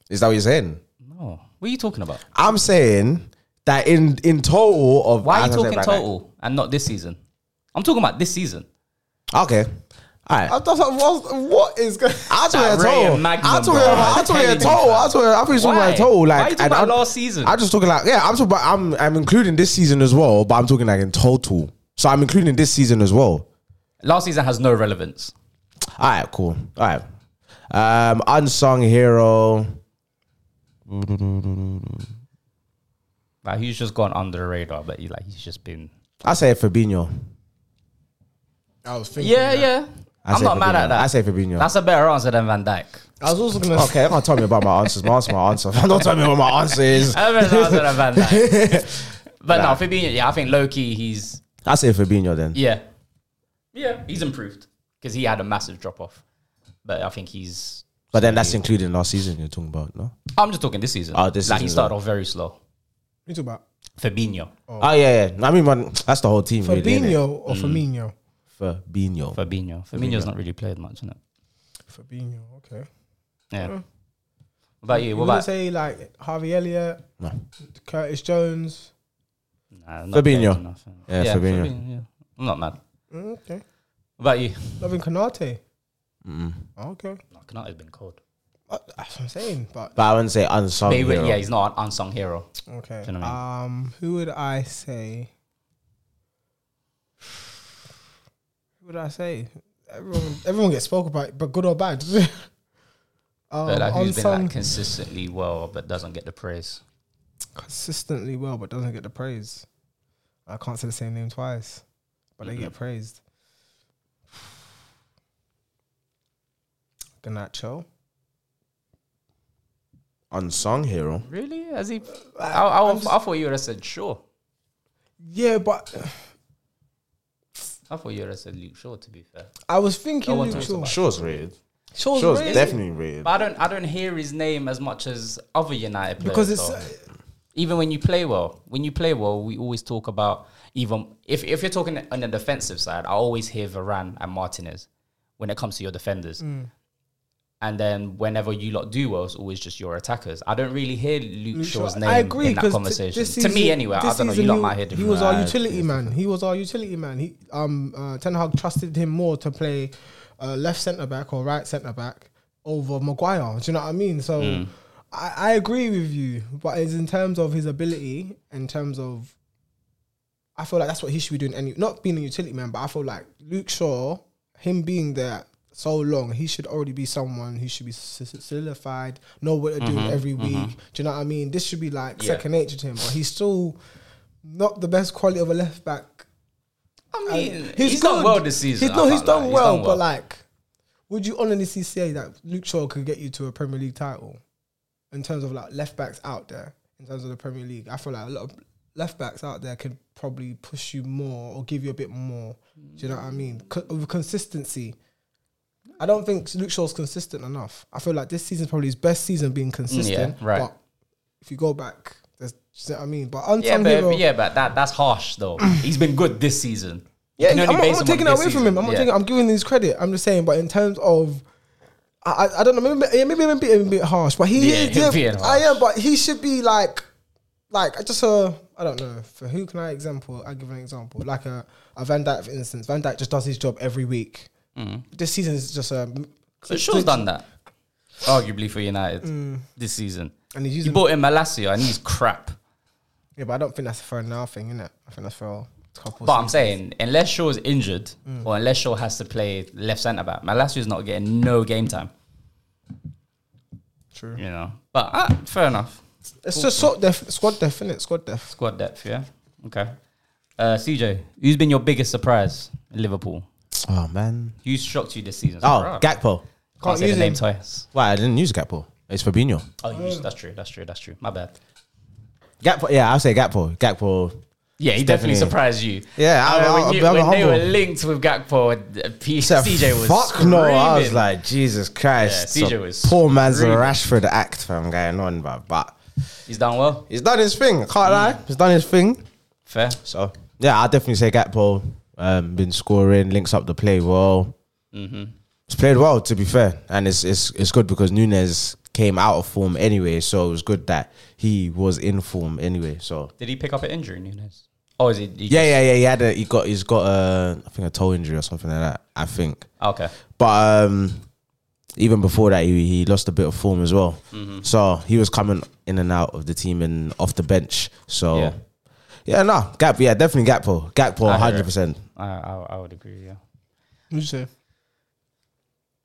Is that what you're saying?
no. What are you talking about?
I'm saying that in in total of
Why are
as
you
I said
talking
right
total and not this season? I'm talking about this season.
now- Okay, all right.
I thought that was- what is going
I'll talk about
That Ray
total.
and Magnum,
I'll talk
bro.
about I'll talk about
I'm telling you,
total. I'll talk. about- I think you're talking
Why?
about total. Like
Why are you talking
and
about
I'm-
last season?
I'm just talking like yeah. I'm talking about I'm I'm including this season as well, but I'm talking like in total. So I'm including this season as well.
Last season has no relevance.
All right, cool. All right. Um, unsung hero.
Like he's just gone under the radar, but he like he's just been
I say Fabinho.
I was thinking.
Yeah, yeah.
I
I'm
say
not mad
Fabinho.
at that.
I say Fabinho.
That's a better answer than Van Dyke.
I was also going to
Okay, I'm not telling me about my answers. My answer, my answer. Don't tell me what my answer is.
A better answer than Van Dyke. But no, Fabinho, yeah, I think low key he's
I say Fabinho then.
yeah. Yeah, he's improved because he had a massive drop off. But I think he's
But then that's including last season you're talking about, no?
I'm just talking this season.
Oh, this
like he
season,
started off very slow.
you talk about
Fabinho.
Oh, yeah, yeah. I mean, man, that's the whole team, really.
Fabinho or
Mm.
Firmino.
Fabinho. Fabinho.
Fabinho. Fabinho's not really played much, isn't it?
Fabinho, okay.
Yeah. What about you?
You
What
would
about
say like Harvey Elliott,
No.
Curtis Jones.
nah, not
Fabinho.
played enough.
Yeah, Fabinho.
yeah. I'm not mad.
Mm, Okay.
What about you?
Loving Canate. Okay.
No, Canate's been cold.
Uh, That's what I'm saying. But
But I wouldn't say unsung.
But he-
hero.
yeah, he's not an unsung hero.
okay.
Do you know what I
Um, who would I say? Who would I say? Everyone, everyone gets spoken about, but good or bad. um,
But like, who's been
unsung
like consistently well but doesn't get the praise?
consistently well, but doesn't get the praise. I can't say the same name twice, but they get praised. Ganacho.
Unsung hero.
Really? As he, I, I, I thought you would have said sure.
Yeah, but
I thought you would have said Luke Shaw. To be fair,
I was
No
thinking
one
Luke
talks
Shaw.
about
Sure's rated.
Shaw's,
Sure, it's
rated.
definitely rated.
But I don't I don't hear his name as much as other United players.
Because it's
though.
uh,
even when you play well, when you play well, we always talk about even if, if you're talking on the defensive side, I always hear Varane and Martinez when it comes to your defenders.
Mm.
And then whenever you lot do well, it's always just your attackers. I don't really hear Luke,
Luke Shaw.
Shaw's name
I agree
in that
'cause
conversation.
this
To me,
season-
anyway, I
this
don't know. You
season
lot
he-
might hear different.
He was our
Right.
utility man. He was our utility man. He um uh, Ten Hag trusted him more to play uh, left centre back or right centre back over Maguire. Do you know what I mean? So
Hmm.
I, I agree with you, but it's in terms of his ability, in terms of I feel like that's what he should be doing. And not being a utility man, but I feel like Luke Shaw, him being there so long, he should already be someone who should be s- s- solidified, know what to do every week. Do you know what I mean? This should be like
Yeah.
second nature to him, but he's still not the best quality of a left back.
I mean, he's,
He's
done
good.
well this season.
He's,
I
no, he's
can't
done,
lie.
well, but like, would you honestly say that Luke Shaw could get you to a Premier League title in terms of like left backs out there in terms of the Premier League? I feel like a lot of left backs out there could probably push you more or give you a bit more. Do you know what I mean? Co- of consistency. I don't think Luke Shaw's consistent enough. I feel like this season's probably his best season being consistent.
Mm, right.
But if you go back, there's, do you know what I mean? But unsung
yeah, but,
hero,
but yeah, but that that's harsh though. he's been good this season. You
yeah,
can
I'm,
only
not, I'm
base
not
him on
taking that
this
away from
season.
him. I'm not
Yeah.
taking. I'm giving him his credit. I'm just saying, but in terms of, I I, I don't know. Maybe yeah, maybe I'm being a bit harsh, but he
Yeah,
is.
him
def-
being
I
harsh.
am, but he should be like, like just a. I don't know. For who can I example? I give an example, like a, a Van Dyke, for instance. Van Dyke just does his job every week. This season is just um, a.
But Mm. Shaw's done that, arguably for United this season.
And Mm. he's
You
using.
bought in Malasia and he's crap.
yeah, but I don't think that's for now thing, innit? I think that's for a couple.
But I'm saying, unless Shaw is injured
Mm.
or unless Shaw has to play left centre back, Malasia's not getting no game time.
True.
You know, but uh, fair enough.
It's just sort def, squad def, innit? Squad def.
Squad depth, yeah. Okay. Uh, CJ, who's been your biggest surprise in Liverpool?
Oh man.
Who shocked you this season?
Oh,
Can't,
Gakpo.
Can't
say the
use
name
him.
twice.
Why I didn't use Gakpo? It's Fabinho.
Oh,
Mm.
you used- that's true. That's true. That's true. My bad.
Gakpo. Yeah, I'll say Gakpo. Gakpo.
Yeah, he
definitely-
definitely, surprised you.
Yeah, I-
I mean,
I-
when, you-
I'm
when they
humble.
were linked with Gakpo, uh, P-
Said,
CJ was
fuck no. I was
screaming.
like, Jesus Christ.
Yeah, CJ
So
was
poor man's
screaming.
Rashford act fam going on, but but
he's done well.
he's done his thing. I can't lie. He's done his thing.
Fair.
So yeah, I definitely say Gakpo. Um, been scoring, links up the play well.
Mm-hmm.
He's played well, to be fair, and it's it's it's good because Nunes came out of form anyway, so it was good that he was in form anyway. So
Did he pick up an injury, Nunes? Oh, is he? he
yeah, yeah, yeah. He had a, he got he's got a I think a toe injury or something like that. I think.
Okay.
But um, even before that, he, he lost a bit of form as well.
Mm-hmm.
So he was coming in and out of the team and off the bench. So
Yeah.
yeah, no, Gap, yeah, definitely Gakpo, Gakpo,
I hear
hundred
it.
percent.
I, I, I would agree, yeah.
Who'd you say?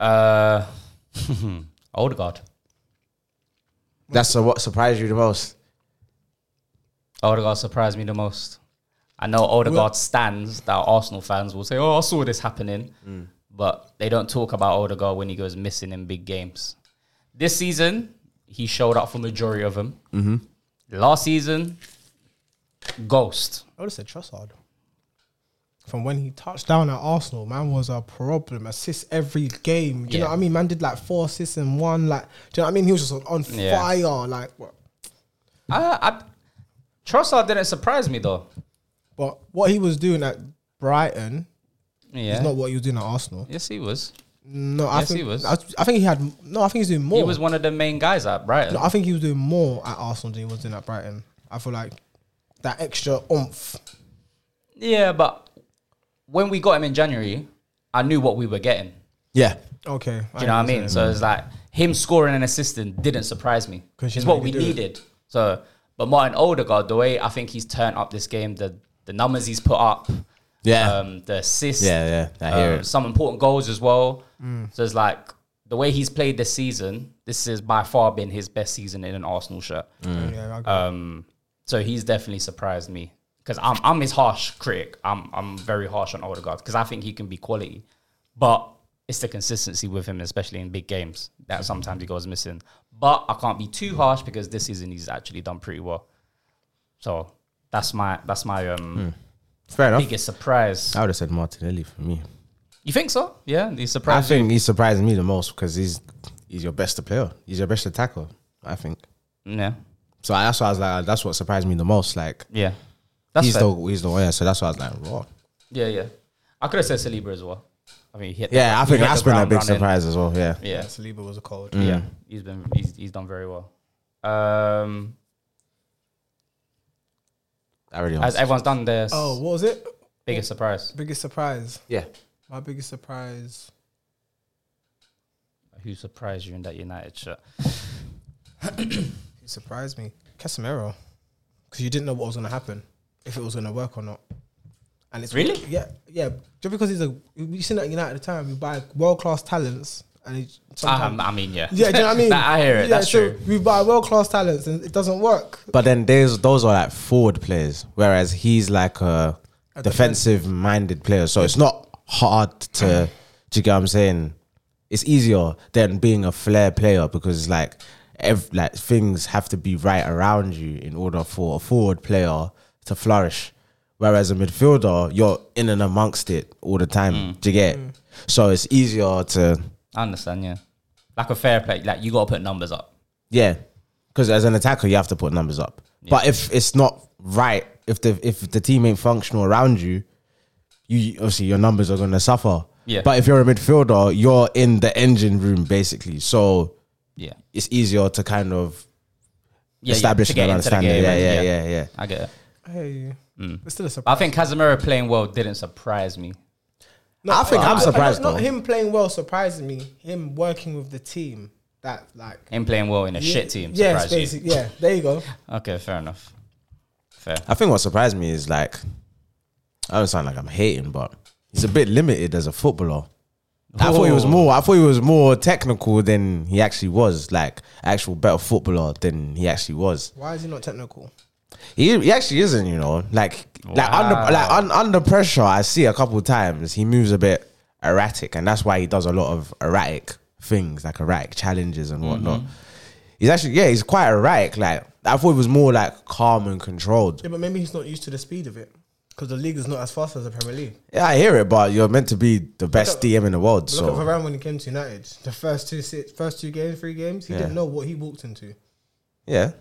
Uh, Odegaard.
That's uh, what surprised you the most.
Odegaard surprised me Oh, the most. I know Odegaard stands that Arsenal fans will say, oh, I saw this happening.
Mm.
But they don't talk about Odegaard when he goes missing in big games. This season, he showed up for majority of them.
Mm-hmm.
Last season, ghost.
I would have said Trossard. From when he touched down at Arsenal, man was a problem. Assists every game. Do you know
Yeah.
what I mean? Man did like four assists in one. Like, do you know what I mean? He was just on
Yeah.
fire. Like, what?
I, I, Trossard didn't surprise me, though.
But what he was doing at Brighton
Yeah.
is not what he was doing at Arsenal.
yes, he was.
No, I
Yes,
think
he was.
I, I think he had no. I think he's doing more.
He was one of the main guys at Brighton.
Oh. No, I think he was doing more at Arsenal than he was doing at Brighton. I feel like that extra oomph.
Yeah, but when we got him in January, I knew what we were getting.
Yeah,
Okay,
Do you know what I mean? So it's like him scoring and assisting didn't surprise me.
'Cause you
It's
know
what we
you can do it.
needed. So, but Martin Odegaard, the way I think he's turned up this game, the the numbers he's put up,
yeah,
um, the assists,
yeah, yeah. I hear
um,
it. Mm.
some important goals as well. So it's like the way he's played this season. This has by far been his best season in an Arsenal shirt.
Mm.
Yeah, I agree.
Um, so he's definitely surprised me because I'm I'm his harsh critic. I'm I'm very harsh on Odegaard because I think he can be quality, but it's the consistency with him, especially in big games, that sometimes he goes missing. But I can't be too harsh because this season he's actually done pretty well. So that's my that's my um
Fair enough. Hmm.
biggest surprise.
I would have said Martinelli for me.
You think so? Yeah, he's
I
surprised.
think he surprised me the most because he's he's your best player. He's your best attacker. I think.
yeah,
So that's why I was like, uh, that's what surprised me the most. Like
yeah. That's
he's
fair.
the he's the yeah. So that's why I was like, raw.
yeah, yeah. I could have said Saliba as well. I mean, he hit. the-
Yeah, I
he
think
hit
that's
the
been a
ground
big
running.
surprise as well. Yeah.
Yeah, Mm.
Saliba was a cold.
yeah. He's been he's, he's done very well. Um,
I really.
as everyone's done their
Oh,
oh.
what was it?
biggest surprise.
Biggest surprise.
yeah.
My biggest surprise.
Who surprised you in that United shirt?
It surprised me. Casemiro. Because you didn't know what was going to happen, if it was going to work or not. And it's
Really?
Yeah, yeah. Just because he's a, we seen that at United at the time, we buy world class talents, and it,
Um,
sometimes,
I mean, yeah,
yeah, do you know what I mean?
That- I hear it. That's
so
true.
We buy world class talents, and it doesn't work.
But then there's those are like forward players, whereas he's like a,
A
defensive minded player. So it's not hard to, do you get what I'm saying? It's easier than being a flair player because it's like, ev- like things have to be right around you in order for a forward player to flourish. Whereas a midfielder, you're in and amongst it all the time. Do you get? it? So it's easier to
I understand. Yeah, like a fair play, like you got to put numbers up.
Yeah, because as an attacker, you have to put numbers up. But if it's not right, if the if the team ain't functional around you, you obviously your numbers are gonna suffer.
Yeah.
But if you're a midfielder, you're in the engine room basically, so
Yeah,
it's easier to kind of
yeah,
establish
yeah, to get
and
into the
understand. it.
game.
Yeah,
and-
yeah, yeah, yeah,
I get it.
Hey, it's still a surprise.
Mm. I think Casemiro playing well didn't surprise me.
No,
I think I'm
not-
surprised,
Not
though.
him playing well surprised me. Him working with the team that like
Him playing well in a shit team
Yes,
surprised you.
basically, yeah. There you go.
Okay, fair enough. Fair.
I think what surprised me is like, I don't sound like I'm hating, but he's a bit limited as a footballer. I thought he was
Whoa.
more. I thought he was more technical than he actually was. Like actual better footballer than he actually was.
Why is he not technical?
He, he actually isn't. You know, like like
Wow.
under like un, under pressure. I see a couple times he moves a bit erratic, and that's why he does a lot of erratic things, like erratic challenges and whatnot. He's actually yeah, he's quite erratic. Like I thought he was more like calm and controlled.
Yeah, but maybe he's not used to the speed of it because the league is not as fast as the Premier League.
Yeah, I hear it, but you're meant to be the best DM in the world.
Look at
So
Varane when he came to United. The first two six, first two games, three games, he
Yeah.
didn't know what he walked into.
yeah,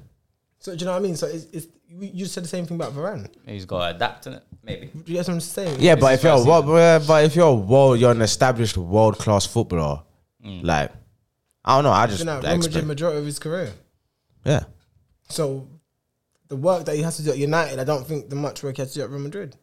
So do you know what I mean? So it's, it's you you said the same thing about Varane.
He's got to adapt in it, maybe.
Do you get what I'm saying?
yeah.
This
But
is
if you're
first
world, yeah, but if you're world, you're an established world class footballer.
Mm.
Like I don't know. I
He's
just
been at
I
Real Madrid
expect,
majority of his career.
yeah.
So the work that he has to do at United, I don't think the much work he has to do at Real Madrid.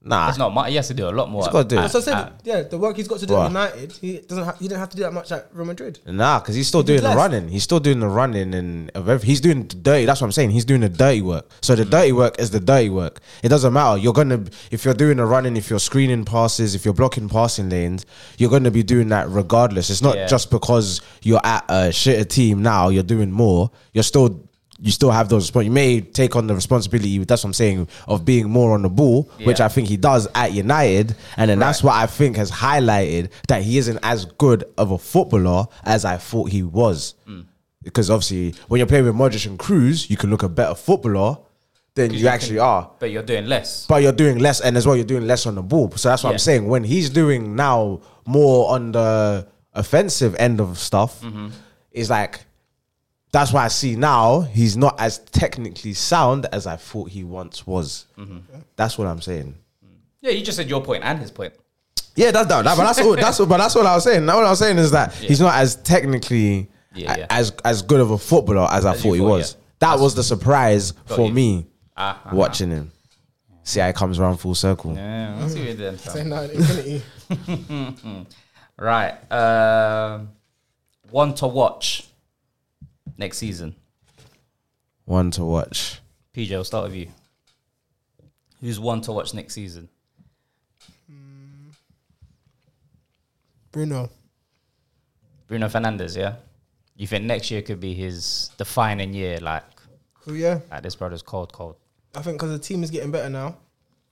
Nah,
It's not much. He has to do a lot more.
Ah. He's gotta do it.
That's what I said.
uh,
yeah, the work he's got to do
Bruh.
at United, he doesn't. Ha- he didn't have to do that much at Real Madrid.
Nah, because he's still doing the
less.
running. He's still doing the running and of every, he's doing the dirty. That's what I'm saying. He's doing the dirty work. So the
Mm.
dirty work is the dirty work. It doesn't matter. You're gonna if you're doing the running, if you're screening passes, if you're blocking passing lanes, you're gonna be doing that regardless. It's not
Yeah.
just because you're at a shitter team now. You're doing more. You're still you still have those. respons- You may take on the responsibility. That's what I'm saying of being more on the ball, which
Yeah.
I think he does at United, and then that's what I think has highlighted that he isn't as good of a footballer as I thought he was.
Mm.
Because obviously, when you're playing with Modric and Cruz, you can look a better footballer than you,
you
actually
can-
are.
But you're doing less.
But you're doing less, and as well, you're doing less on the ball. So that's what
Yeah.
I'm saying. When he's doing now more on the offensive end of stuff,
Mm-hmm.
it's like that's why I see now he's not as technically sound as I thought he once was.
Mm-hmm.
That's what I'm saying.
Yeah, you just said your point and his point.
Yeah, that's that, that- but that's all, that's all, but that's what I was saying. Now what I was saying is that he's not as technically
Yeah,
a-
yeah.
as as good of a footballer as I
you
thought he
thought,
was.
yeah.
That was the surprise for
you.
me
Ah, ah,
watching him. See how it comes around full circle.
Yeah, we'll see what you did.
Saying that infinity.
Right. Um one to watch next season.
One to watch.
PJ, I'll start with you. Who's one to watch next season?
Bruno.
Bruno Fernandez, yeah? You think next year could be his defining year? Like,
Oh yeah,
like this brother's cold, cold.
I think because the team is getting better now,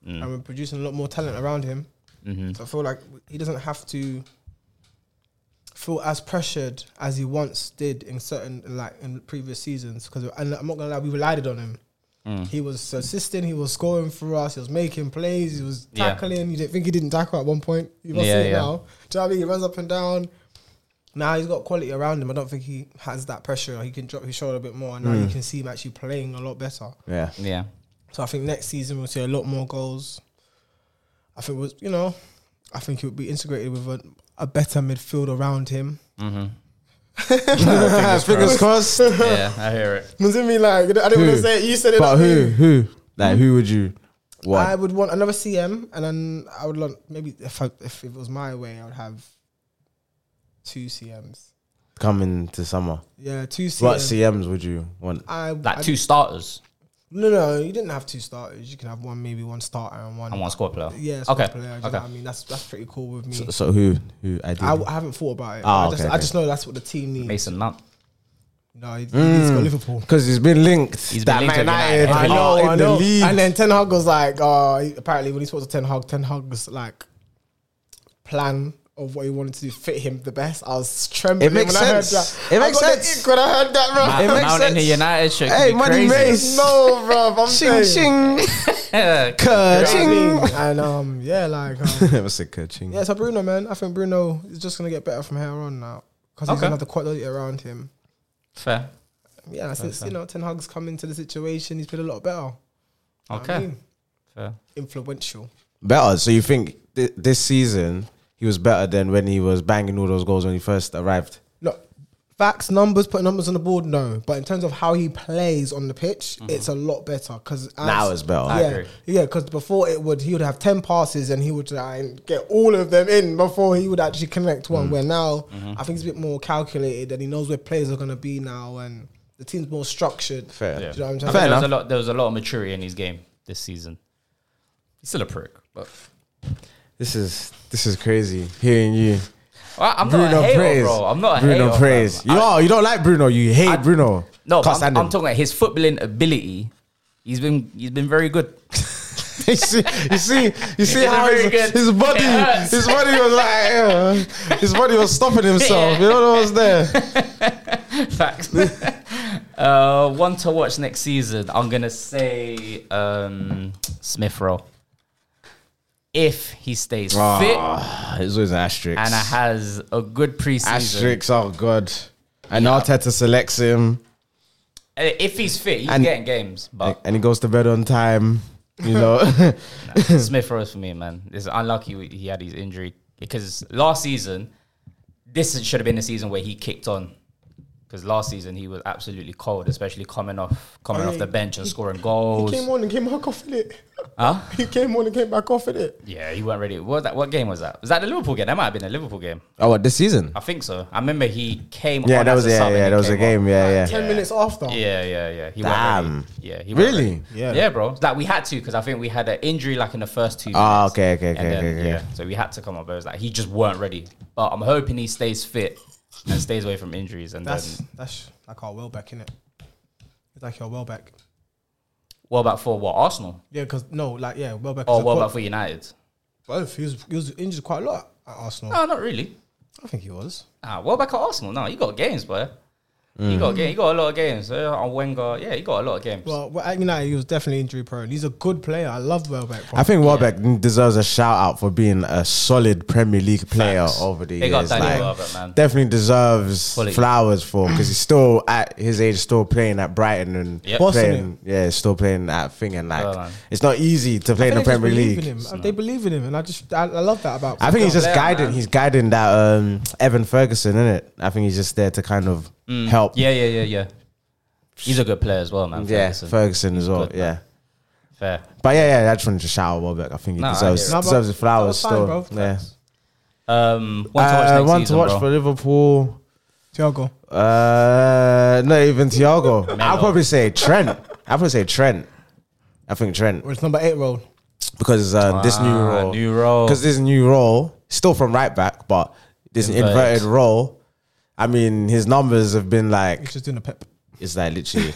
Mm.
and we're producing a lot more talent around him.
Mm-hmm.
So I feel like he doesn't have to feel as pressured as he once did in certain like in previous seasons. Because and I'm not gonna lie, we relied on him.
Mm.
He was assisting. He was scoring for us. He was making plays. He was
Yeah.
tackling. You didn't think he didn't tackle at one point. You must
Yeah,
see it
yeah.
now. Do you know what I mean? He runs up and down. Now he's got quality around him. I don't think he has that pressure. He can drop his shoulder a bit more. And now
Mm.
you can see him actually playing a lot better.
Yeah.
Yeah.
So I think next season we'll see a lot more goals. I think was you know, I think he would be integrated with a, a better midfield around him.
Fingers crossed.
Mm-hmm. Yeah, I hear it.
Was it me like I didn't
Who?
want to say it. You said it.
But
not
who?
me.
Who?
Hmm.
Like who would you want?
I would want another CM, and then I would want maybe if I, if it was my way, I would have two CMs.
coming to summer.
Yeah, two CMs.
What CMs would you want?
I,
Like
I-
two starters
No, no, you didn't have two starters. You can have one, maybe one starter and one.
and one squad player.
Yeah, squad
Okay.
player, do you know
okay.
what I mean, that's that's pretty cool with me.
So, so who? Who? I
I,
do.
I haven't thought about it. but
Ah,
I, just,
okay,
I
okay.
just know that's what the team needs.
Mason Mount.
No, he-
Mm.
he's got Liverpool.
Because he's been linked.
He's been linked
Man
with United.
are
I
Oh,
in
I
the
know.
league.
And then Ten Hag was like, uh, he- apparently when he spoke to Ten Hag, Ten Hag's like plan of what he wanted to do fit him the best. I was trembling.
It makes
when
sense.
I heard that.
It
I
makes
got the
sense.
ick when I heard that, bro.
It makes
Mount in the
sense.
United shit. could
Hey,
be
money
crazy.
race.
no, bro. I'm
Ching
saying.
ching.
You know what I
Ka-ching.
mean? And um, yeah, like um,
I said ka-ching.
yeah. So Bruno, man, I think Bruno is just gonna get better from here on now because he's
Okay.
gonna have the quality around him.
Fair.
Yeah, since you know Ten Hag's come into the situation, he's been a lot better. You know what I
Okay.
mean?
Fair.
influential.
Better. So you think th- this season he was better than when he was banging all those goals when he first arrived?
Look, facts, numbers, put numbers on the board, no. But in terms of how he plays on the pitch, it's a lot better. Because
Mm-hmm. Now it's better.
Yeah,
I
agree.
yeah. Because before it would, he would have ten passes and he would try and get all of them in before he would actually connect
Mm.
one. Where now,
Mm-hmm.
I think it's a bit more calculated and he knows where players are going to be now and the team's more structured.
Fair.
Do you know what I'm saying?
I mean, there was a
enough.
lot. There was a lot of maturity in his game this season. He's still a prick, but
This is this is crazy. Hearing you,
Well, I'm not
Bruno
a hater,
praise.
bro. I'm not a
Bruno
hater.
praise.
fam.
You are. You don't like Bruno. You hate Bruno.
No,
Can't
but I'm,
stand
I'm
him.
talking about his footballing ability. He's been he's been very good.
you see, you see, you see
It's
how his,
very good.
his body,
It hurts.
his body was like, uh, his body was stopping himself. You know what was there?
Facts. uh, one to watch next season. I'm gonna say um, Smith Rowe. If he stays fit
Ah, it's always an asterisk.
and has a good preseason,
asterisk. Oh God! And Arteta selects him,
Uh, if he's fit, he's
And-
getting games. But
and he goes to bed on time. You know,
Smith Rowe for me, man. It's unlucky we- he had his injury because last season, this should have been the season where he kicked on. Because last season he was absolutely cold, especially coming off coming
Oh,
off
yeah,
the bench and scoring
He
goals.
came on and came back off in it.
Huh?
He came on and came back off in it.
Yeah, he weren't ready. What was that? What game was that? Was that the Liverpool game? That might have been a Liverpool game.
oh, what this season?
I think so. I remember he came.
Yeah,
on
that
as
was
a sub
yeah,
and
yeah,
he
that was a
came
game.
on.
Yeah, yeah.
Ten minutes after.
Yeah, yeah, yeah. He
Damn.
weren't ready. Yeah, he weren't
Really?
ready.
Yeah.
yeah, bro. Like we had to because I think we had an injury like in the first two.
Ah,
minutes.
okay, okay,
And
okay, okay, okay.
So we had to come up. But it was like he just weren't ready. But I'm hoping he stays fit and stays away from injuries. And
That's
then
that's like our Welbeck, innit? It's like your Welbeck.
what about for what Arsenal
Yeah, because no, like yeah, Welbeck.
or
Oh,
is a
what
qual-
about for United?
Both. He was he was injured quite a lot at Arsenal.
No, not really.
I think he was.
Ah, what about at Arsenal? No, you got games, boy.
Mm.
You got game. You got a lot of games. Uh, on Wenger, yeah, you got a lot of games.
Well, well, at United, he was definitely injury prone. He's a good player. I love Welbeck. bro.
I think Warbeck deserves a shout out for being a solid Premier League player
Facts.
over the
They got
years.
Daniel Welbeck, man.
Definitely deserves
Quality.
flowers for because he's still at his age, still playing at Brighton and
Yep.
Bossing
playing, yeah, still playing at thing and like
Oh, man.
it's not easy to play in
They
the
just
Premier
believe
League.
in him. Uh, They believe in him, and I just I, I love that about.
I think he's just
player,
guiding.
man.
He's guiding that um, Evan Ferguson, isn't it? I think he's just there to kind of help.
Mm. yeah, yeah, yeah, yeah. He's a good player as well, man.
yeah,
Ferguson.
Ferguson, as well.
good,
yeah,
Fair.
but yeah, yeah. I just wanted to shout out Welbeck. I think he
No, I
deserves
hear it. No,
but
deserves his
that
flowers
was fine,
still.
bro.
Yeah,
Um, one to watch
Uh,
next
one
season,
to watch
bro.
for Liverpool.
Thiago.
Uh, not even Thiago. I'll
Melo.
probably say Trent. I'll probably say Trent. I think Trent
Or it's number eight role.
because uh, this new
Ah,
role,
new role.
because this new role, still from right back, but this
Inverted.
inverted, role. I mean, his numbers have been like
He's just doing a pep.
it's like literally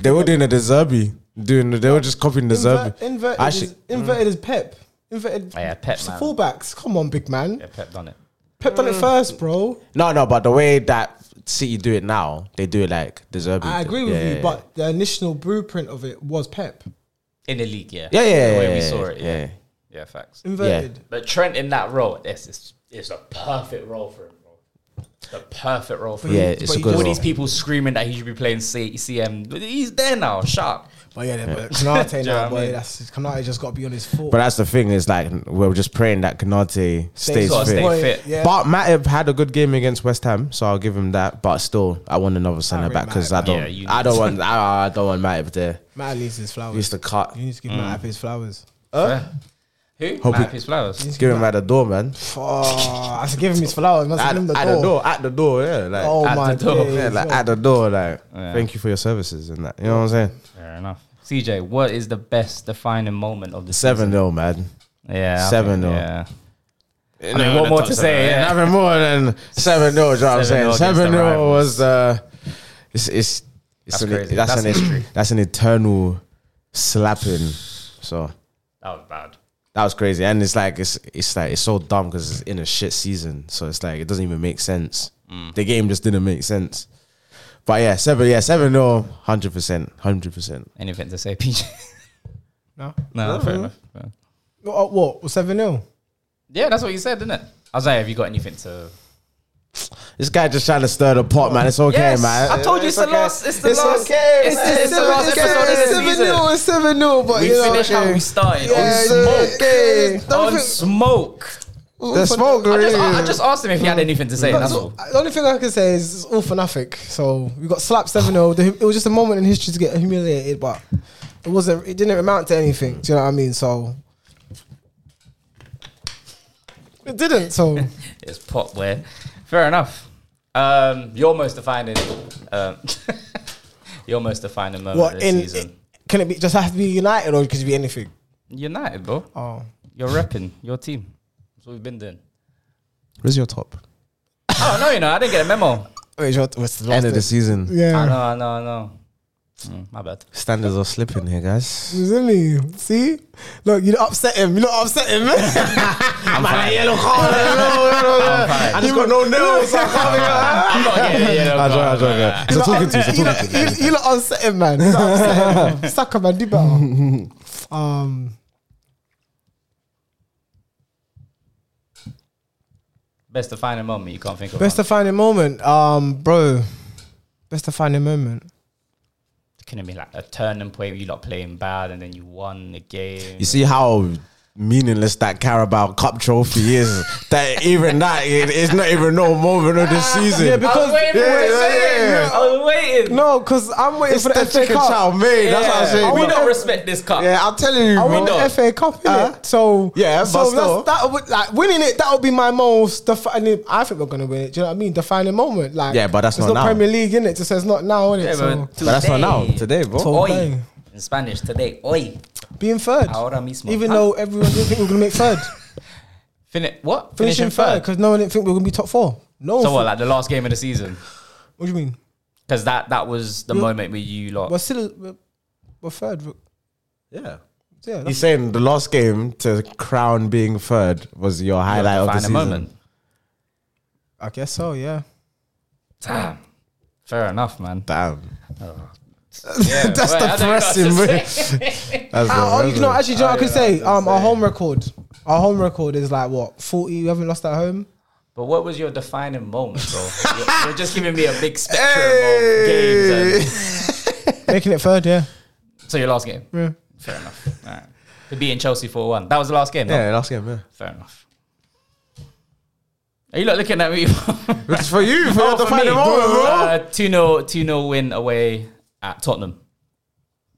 they were doing a Deserbi, doing they were just copying the
Invert,
Zerbi.
inverted.
Actually-
is, inverted is pep. Inverted.
Oh,
Yeah, Pep,
It's
man.
Fullbacks. Come on, big man.
Yeah, Pep done it.
Pep done it first, bro.
No, no, but the way that City do it now, they do it like deserving.
I agree with you, but the initial blueprint of it was Pep
in the league, yeah,
yeah, yeah,
the
yeah,
way
yeah,
we saw it, yeah,
yeah.
yeah, facts.
inverted.
But Trent in that role, it's it's, it's a perfect role for him. bro. The perfect role for him.
Yeah, it's
But
a
you
good
do
All
one.
these people screaming that he should be playing C- CM. He's there now. Sharp.
But yeah, but Canate
Do you know
now,
what I
boy,
mean?
that's Canate just got to be on his foot.
But that's the thing is like we're just praying that Canate stays
gotta
fit.
stay
Boy,
fit.
Yeah.
But Matip had a good game against West Ham, so I'll give him that. But still, I want another centre
rate
back because I
Matip.
don't,
Yeah, you
I
need-
don't want, I, I don't want Matip there.
Matt needs his flowers.
He used to cut.
you need to give Matt his flowers.
Who?
Hope
Matt
he-
his flowers.
You need to
Give him at the door, man.
Oh, I should give him his flowers. Must
At,
give him the
at
door.
the door, at the door, yeah. Like,
Oh
At
my
the door.
god.
yeah, like at the door, like, thank you for your services and that. You know what I'm saying?
Fair enough. CJ, what is the best defining moment of the
Seven
Season?
nil, man.
Yeah, I
Seven,
think-
though.
Yeah. mean, what more to say, yeah.
Nothing more than seven nil. You know what I'm saying?
7-0 against
Seven
the
nil
rivals.
was uh, it's it's, it's
That's
an,
crazy.
That's,
That's
an
history.
that's an eternal slapping. So
That was bad.
that was crazy, and it's like it's it's like it's so dumb because it's in a shit season, so it's like it doesn't even make sense. The game just didn't make sense. But yeah, seven yeah seven nil, hundred percent, hundred percent.
Anything to say, PJ?
No.
no,
Mm-hmm.
fair enough. fair.
What? uh, what 7 0?
Yeah, that's what you said, didn't it? Isaiah, have you got anything to?
This guy just trying to stir the pot, man. It's okay,
Yes,
man.
I told you it's the last- it's the last- it's the- it's the last episode of the season.
7 0, but
We
you know,
finished how
okay.
we started.
Yeah,
on
it's
smoke.
okay. Don't
On
think-
smoke.
The smoke,
I just,
really.
I just asked him if he had anything to say.
But
That's
so- uh,
all.
The only thing I can say is it's all for nothing. So we got slapped 7 0. It was just a moment in history to get humiliated, but it wasn't, it didn't amount to anything. Do you know what I mean? So it didn't. So
It's pop wear. Fair enough. Um, you're most defining. Um, you're most defining moment
what
of the
in
season.
can it be just have to be United or could it be anything?
United, bro.
Oh,
You're repping your team. That's what we've been doing.
Where's your top?
Oh no, you know, I didn't get a memo. Ah,
wait, what- what's the last
End of
thing?
the season.
I
Yeah,
know, I know, I know. Mm, my bad.
Standards are slipping here, guys.
isn't he? See, look, you upset him. You not upset him.
I'm fine.
yellow card. I
I'm fine.
just got no nails. so I can't figure out.
I'm not getting a
Ah,
yellow
I joke, I
card.
joke, yeah. So talking to you, so
you,
talking
lot,
to eh, you.
you, you lot upset him, man. You lot upset him. Sucker, man. Do better. Um,
Best defining moment you can't think of.
best
Best
defining moment, um, bro. Best defining moment.
Can it be like a turning point where you lot playing bad and then you won the game?
You see how meaningless that Carabao Cup trophy is. that even that it- it's not even no moment of the season.
Yeah,
I was
because
waiting for
Yeah,
it.
yeah, yeah.
I was waiting.
no, because I'm waiting
it's
for the
that
FA
chicken
Cup.
chow made. That's what I'm
Yeah.
saying.
I
we
want
don't
ev-
respect this cup.
yeah, I'm telling you,
I
bro.
won the
don't.
FA Cup,
Uh,
innit? so
yeah, but
so
still.
that's, that would, like winning it. That would be my most defining. I think we're gonna win it. Do you know what I mean? Defining moment, like
Yeah, but that's
it's
not now.
Premier League, in it. Just says not now, innit?
Yeah,
so
But that's not now. Today, bro.
So-
Oi.
Today.
In Spanish, today. Oi.
being third,
Ahora mismo.
even
Huh?
though everyone didn't think we were gonna make third,
Fini- what?
finishing third, because no one didn't think we were gonna be top four. No, one
So what,
thought-
like the last game of the season?
what do you mean?
Because that that was the moment where you lot.
We're still we're, we're third. We're-
yeah.
Yeah, that's
He's saying the last game to crown being third was your highlight of the
defining
season.
moment.
I guess so. Yeah.
Damn. Fair enough, man.
Damn,
Yeah,
that's
wait, I don't know what to
depressing, bro.
say.
That's
Uh, oh, you
depressing.
know, actually, do you know what I could
yeah,
say?
that's
Um, our
insane.
home record, our home record is like what forty. We haven't lost at home.
But what was your defining moment, bro? you're, you're just giving me a big spectrum of games.
Making it third, yeah.
And, so your last game.
Yeah.
Fair enough. All right. To be in Chelsea 4 1. That was the last game. no?
yeah, last game. Yeah.
Fair enough. Are you not looking at me?
It's for you, for your defining moment, bro.
Uh, 2 0 2 0 win away at Tottenham.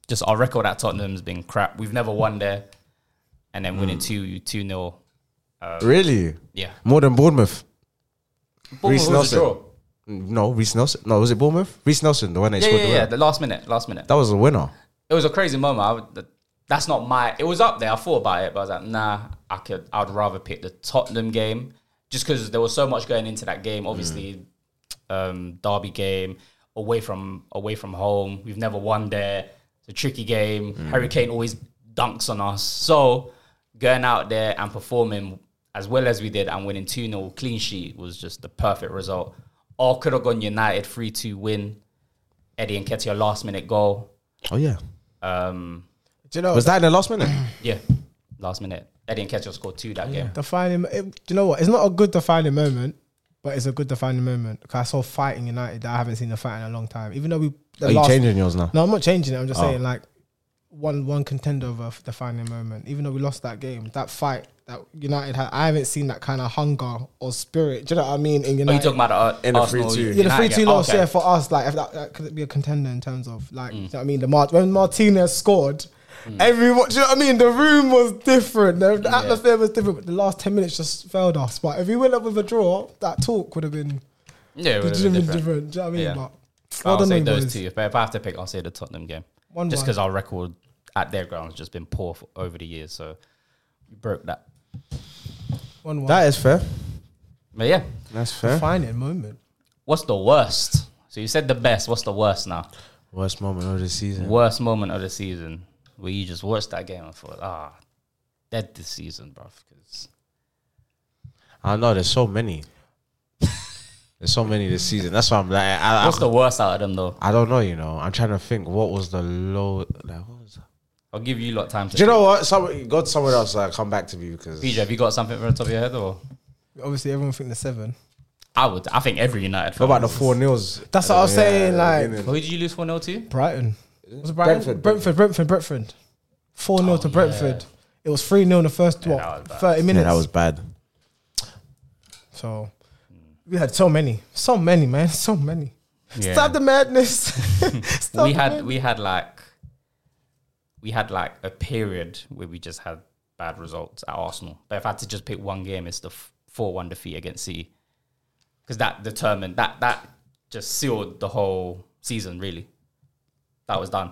Just our record at Tottenham has been crap. We've never won there. And then winning 2 2 0.
really?
Yeah.
More than Bournemouth?
Bournemouth was a
Nelson.
draw.
No, Reese Nelson. No, was it Bournemouth? Reese Nelson, the one that
Yeah,
scored
yeah,
the
yeah.
winner.
The last minute, last minute.
That was a winner.
It was a crazy moment. I would, that's not my. It was up there. I thought about it, but I was like, nah. I could. I'd rather pick the Tottenham game, just because there was so much going into that game. Obviously, um, Derby game away from away from home. We've never won there. It's a tricky game. Harry Kane always dunks on us. So going out there and performing as well as we did and winning 2 0 clean sheet was just the perfect result or could have gone United 3 2 win. Eddie and Ketia last minute goal.
Oh yeah.
Um,
Do you know
Was that in the last minute?
yeah, last minute. Eddie and Ketia scored two that game.
defining? It, do you know what? It's not a good defining moment, but it's a good defining moment because I saw fighting United that I haven't seen a fight in a long time. Even though we, the
Are you
last-
changing yours now?
No, I'm not changing it. I'm just
Oh.
saying like one one contender of a f- defining moment. Even though we lost that game, that fight that United had, I haven't seen that kind of hunger or spirit. Do you know what I mean? In
Are Oh, you
United,
talking about the,
In
uh,
the 3-2.
Arsenal?
yeah, the
United
three two
game?
loss.
Okay. Mm.
Yeah, for us, like if that, that could be a contender in terms of like, do you know what I mean? The Mart when Martinez scored. Everyone, do you know what I mean? The room was different. The, the
Yeah.
atmosphere was different. But the last ten minutes just failed us. But if we went up with a draw, that talk would have been,
Yeah,
would
it
have
would've been
been different.
different.
Do you know what I mean?
Yeah.
But well
I'll
done,
say
them
those
boys.
two. But if I have to pick, I'll say the Tottenham game.
One
Just
one.
because our record at their ground has just been poor for, over the years, so we broke that.
One one.
That is fair.
But yeah,
That's fair.
defining moment.
what's the worst? So you said the best. What's the worst now?
Worst moment of the season.
Worst moment of the season where you just watched that game and thought, ah, dead this season, bruv. 'cause-
I know there's so many. there's so many this season. That's why I'm like, I,
what's
I,
the worst out of them though?
I don't know. You know, I'm trying to think. What was the low? Like, what was
I'll give you a lot of time to.
Do you know what? Some, go to somewhere else. Uh, come back to me because
PJ, have you got something from the top of your head or?
Obviously, everyone think the seven.
I would. I think every United.
what
Fan
about the
was-
four nils?
That's what I was saying, like-
beginning.
Who did you lose four 0 to?
Brighton. Was it Brighton?
Brentford. Oh,
Brentford, Brentford, Brentford. 4 0 to Brentford. It was 3 0 in the first
Yeah,
what,
that was bad.
30
yeah,
minutes.
that was bad.
so we had so many. So many, man. So many. Stop the madness. Stop
we
the
had
madness.
we had like we had like a period where we just had bad results at Arsenal. But if I had to just pick one game, it's the four one defeat against City because that determined that that just sealed the whole season. Really, that was done.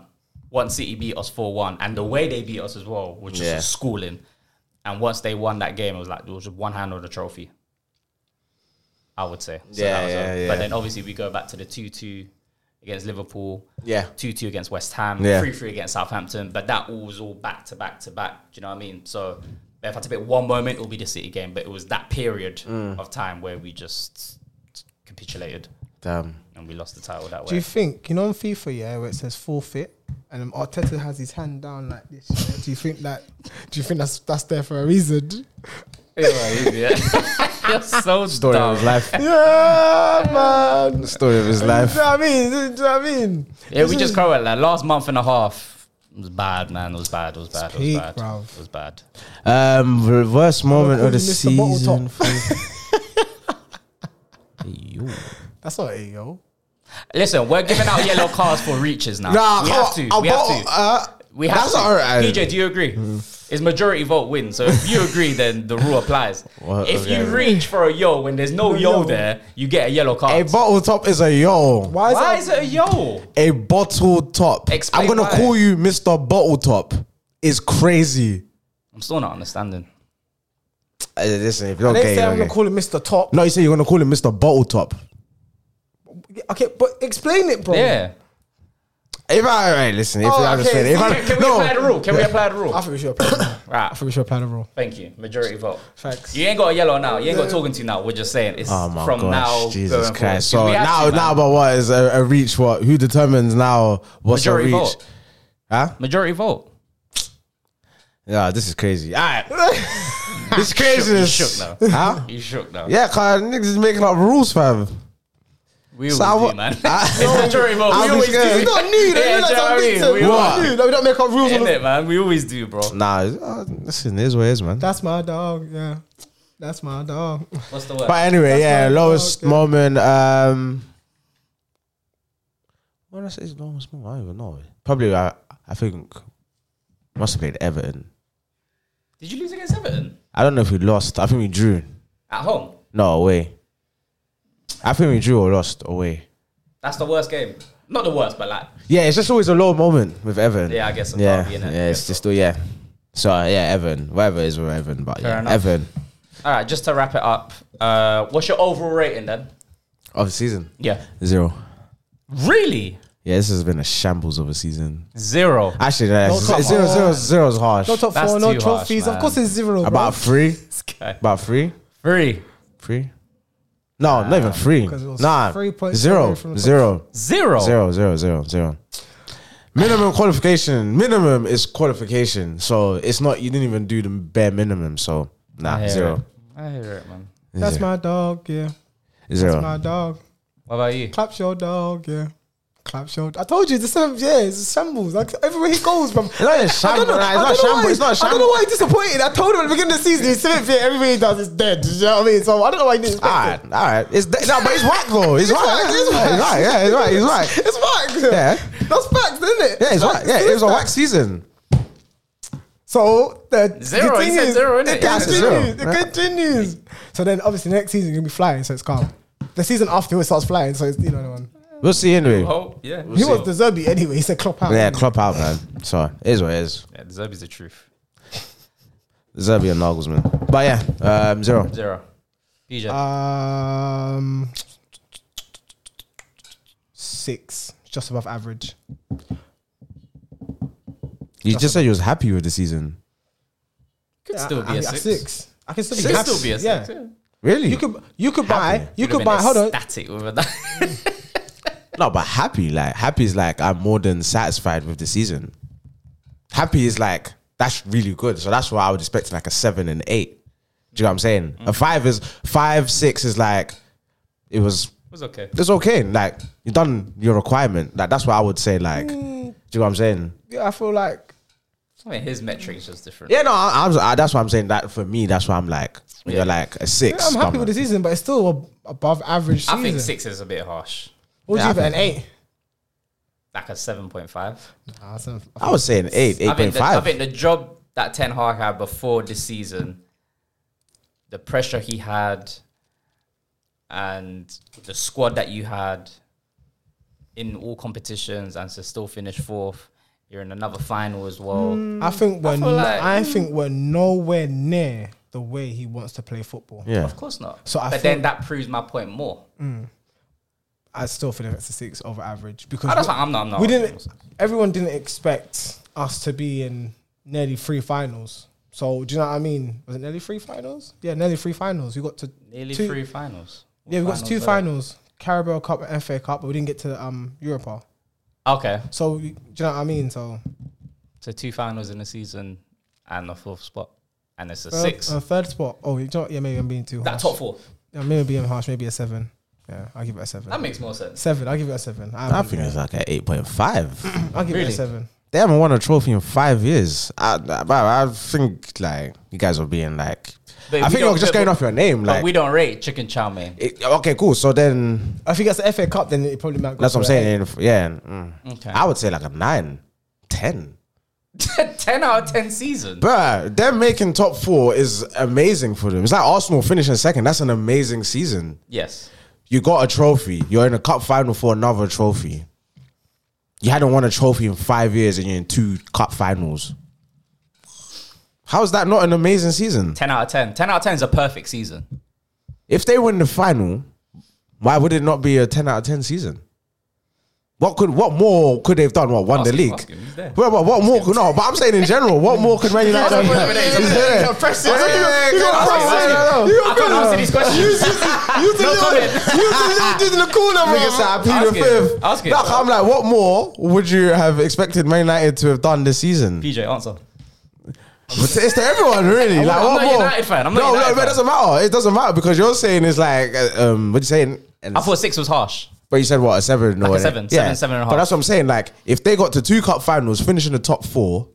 Once City beat us four one, and the way they beat us as well was just
Yeah.
a schooling. And once they won that game, it was like it was just one hand on the trophy. I would say. So
Yeah,
that was a-
yeah, yeah.
But then obviously we go back to the two two against Liverpool
Yeah.
two two against West Ham, three
Yeah.
three against Southampton, but that all was all back to back to back. Do you know what I mean? So if I had to pick one moment, it would be the City game, but it was that period
Mm.
of time where we just capitulated
Damn.
and we lost the title that
Do
way.
you think, you know, on FIFA, yeah, where it says forfeit and um, Arteta has his hand down like this? yeah, do you think that, do you think that's that's there for a reason?
You're so
Story of
dumb.
his life.
Yeah, man.
Story of his
Do
life.
you know what I mean? Do you know what I mean?
Yeah,
This
we
is-
just covered that last month and a half. It was bad, man. It was bad. It was bad. It was
peak,
bad.
bruv.
It was bad.
Um, reverse moment
Look
of
who
the
missed the bottle
season.
top.
for- Yo.
That's not it, yo.
Listen, we're giving out yellow cards for reaches now.
Nah,
we
come
have
on,
to.
I
we have
bought-
to.
uh,
We have
That's Mm-hmm.
to.
all right.
PJ, do you agree? It's majority vote win. So if you agree, then the rule applies.
Well,
if
okay.
you reach for a yo when there's no,
No
yo,
yo.
there, you get a yellow
A
card.
bottle top is a yo.
Why is,
Why
that,
is it a yo?
A bottle top.
Explain
I'm gonna
why.
call you Mr. Bottle Top. It's crazy.
I'm still not understanding.
Uh, listen, if you're
They
gay,
say
you're
I'm gonna
gay.
call him Mr. Top.
No, you say you're gonna call him Mr. Bottle Top.
Okay, but explain it, bro.
Yeah.
If I alright, listen, if
Oh,
I'm just
okay.
saying, if I
Can, can we apply the
no,
rule? Can we apply the
I
rule?
think we should apply the rule. I
Right.
think we should apply the rule.
Thank you. Majority vote.
Facts.
You ain't got a yellow now. You ain't got talking to now. We're just saying it's
oh my
from now.
gosh, Jesus
going forward.
Christ!
'Cause
So
we have
now,
to, man.
now, but what is a, a reach? What who determines now what's
majority
a reach?
vote.
Huh?
Majority vote.
Yeah, this is crazy. All right, this is crazy.
shook now.
Huh?
You shook now.
Yeah, cause niggas is making up rules, fam.
We
So
always
I
do,
wa-
man.
I-
it's majority vote. We
I'm
always do.
scared. It's
It's not new. They
Yeah,
realize
do you know
I'm
what I mean?
big, so
We
it's not
What?
new. No, we don't make up rules. on
In
the-
it, man. We always do, bro.
Nah, it's- uh, listen, it is what it is, man.
That's my dog. Yeah, that's my dog.
What's the word?
But anyway, yeah,
That's not-
lowest
okay.
moment. Um, what did I say is lowest moment? I don't even know. Probably, I, I think must have played Everton.
Did you lose against Everton
I don't know if we lost. I think we drew.
at home?
No, away. I think we drew or lost away.
That's the worst game. Not the worst, but like
Yeah, it's just always a low moment with Everton.
Yeah, I guess a
Yeah,
derby, innit?
yeah, it's just yeah. So uh, yeah, Everton, whatever it is with Everton, but
Fair
yeah,
enough.
Everton
all right. Just to wrap it up, uh, what's your overall rating then?
of the season
Yeah,
zero.
really
Yeah, this has been a shambles of a season.
zero.
Actually, no,
No,
zero,
come
zero,
on.
zero, zero is harsh.
No top
That's
four, no
too harsh,
trophies.
man.
of course, it's zero. bro.
About three,
This guy.
about three,
Three.
three. No, not even three.
Because it was
Nah,
three points
zero,
away from the top.
zero,
Zero.
zero, zero, zero, zero. Minimum qualification. Minimum is qualification. So it's not. You didn't even do the bare minimum. So nah,
Ah,
I hear
zero,
It. I hear it, man.
That's
Zero.
my dog, yeah. That's my
zero.
dog.
What about you?
Claps your dog, yeah. Claps your. I told you, the seventh, yeah, it's a shambles. Like everywhere he goes, bro.
It's not a sham- nah, it's not shambles,
why,
it's not
I don't know
shambles.
why he's disappointed. I told him at the beginning of the season, he's seventh, yeah, everything he does is dead. You know what I mean? So I don't know why he didn't.
All
expect
right, all right. It's no, but it's whack though. It's whack.
whack, it's
It's
whack.
whack. Yeah, it's whack. It's whack.
it. It's whack.
Yeah.
That's facts, isn't it?
Yeah, it's whack. Yeah, it was a whack season.
So the
Zero, he said
continues,
zero,
it
innit? Yeah,
it's
continues.
zero.
It
Yeah.
continues. So then, obviously, next season you're gonna be flying, so it's calm. The season after it starts flying, so it's you know the one.
We'll see anyway.
Oh, yeah.
He was the Zerbi anyway. He said Klopp out.
Yeah, Klopp out, man. So it is what it is.
yeah, the Zerbi's the truth.
Zerbi and Nagelsmann. But yeah, um, zero.
Zero. PJ.
Uh, Um, six, just above average.
You just said you was happy with the season.
could still be
I-
a
I-
six.
Uh, I can still be,
Could
happy.
still be a
Yeah.
six. Yeah.
Really?
You could you could buy you
Would have
could
been
buy. Hold on.
Ecstatic over that.
no, but happy. Like happy is like I'm more than satisfied with the season. Happy is like that's really good. So that's why I would expect like a seven and eight. Do you know what I'm saying? A five is five, six is like it was
It was okay.
it's okay. Like you done your requirement. Like that's what I would say. Like, do
Mm.
you know what I'm saying?
Yeah, I feel like
I mean, his metrics was different.
Yeah, no, I, I'm. I, that's what I'm saying. That for me, that's why I'm like
Yeah.
you're like a six.
yeah, I'm happy
bummer.
with the season, but it's still a, above average season.
I think six is a bit harsh.
What would
Yeah,
you
I
give it? An eight.
Like a seven point five.
Nah, seven-
I was saying eight, eight
I think
point
the, I
five.
think the job that Ten Hag had before this season, the pressure he had, and the squad that you had in all competitions, and to still finish fourth, you're in another final as well.
I think we're. I,
feel like-
I think we're nowhere near the way he wants to play football.
Yeah,
Of course not.
So I
but
feel-
then that proves my point more.
I still feel it's a six over average because
I don't
we-
think- I'm not- I'm not
we
arguing
didn't. Everyone didn't expect us to be in nearly three finals. So do you know what I mean? Was it nearly three finals? Yeah, nearly three finals. We got to
Nearly
two,
three finals.
Yeah, we got to two
were-
finals: Carabao Cup and FA Cup, but we didn't get to um Europa.
Okay,
So we- do you know what I mean? So
so two finals in the season and a fourth spot, and it's a
third,
six.
uh, third spot. Oh, you know, yeah, maybe I'm being too
that
harsh.
top four.
Yeah, maybe I'm being harsh. Maybe a seven. Yeah, I'll give it a seven.
That makes more sense.
seven. I'll give it a seven. I,
I think it's like an eight point five.
I'll give it a
Really?
seven.
they haven't won a trophy in five years. I, I, I think like you guys are being like.
But
I
we
think
don't-
you're just
but-
going off your name.
But
Like,
we don't rate chicken chow mein.
it- okay, cool. So then
I think that's the FA Cup. Then it probably might. Go
that's what I'm
for an
saying. If- Yeah, mm.
Okay.
I would say like a nine, ten.
10 out of 10 season.
Bruh, them making top four is amazing for them. It's like Arsenal finishing second. That's an amazing season.
yes.
You got a trophy. You're in a cup final for another trophy. You hadn't won a trophy in five years, and you're in two cup finals. How is that not an amazing season?
10 out of 10. 10 out of 10 is a perfect season.
If they win the final, why would it not be a ten out of ten season? What could what more could they've done? What won the
Ask him,
league?
ask him, he's there.
Well, but what more? Could, no, but I'm saying in general, what more could Man United have done? He's there.
You're pressing.
Yeah, yeah,
You're
yeah, yeah,
pressing.
yeah, yeah, yeah.
You're
I can't answer these questions.
You two
No
little-
comment.
You two little dudes in the corner, bro.
Nigga said I
Ask
plead the
him.
fifth.
Ask him.
Nah, I'm like, what more would you have expected Man United to have done this season?
PJ, answer.
But it's to everyone, really.
I'm
like,
not-
what
I'm not a
more?
United fan. I'm not
no,
a United
no, but it
fan.
doesn't matter. It doesn't matter because you're saying it's like, uh, um, what you saying? And
I thought six was harsh.
but you said what a seven or
a
an eight?
seven,
yeah.
seven, seven and a half.
But that's what I'm saying. Like, if they got to two cup finals, finishing the top four,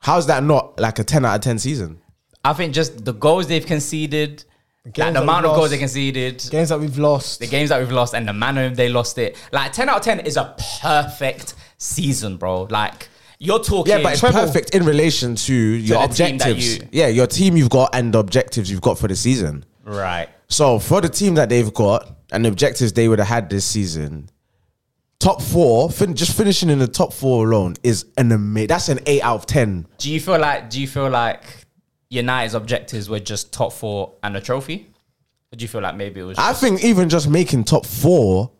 how's that not like a ten out of ten season?
I think just the goals they've conceded, like
games
the
that
amount
we've
of goals
lost.
they conceded,
Games that we've lost.
the games that we've lost, and the manner they lost it. Like 10 out of 10 is a perfect season, bro. Like, you're talking.
Yeah, but it's
Treble.
perfect in relation to your
the team that
objectives.
you-
yeah, your team you've got and the objectives you've got for the season.
right.
So for the team that they've got and the objectives they would have had this season, top four, fin- just finishing in the top four alone is an amazing. That's an eight out of ten.
Do you feel like, do you feel like United's objectives were just top four and a trophy? Or do you feel like maybe it was
I think even just making top four,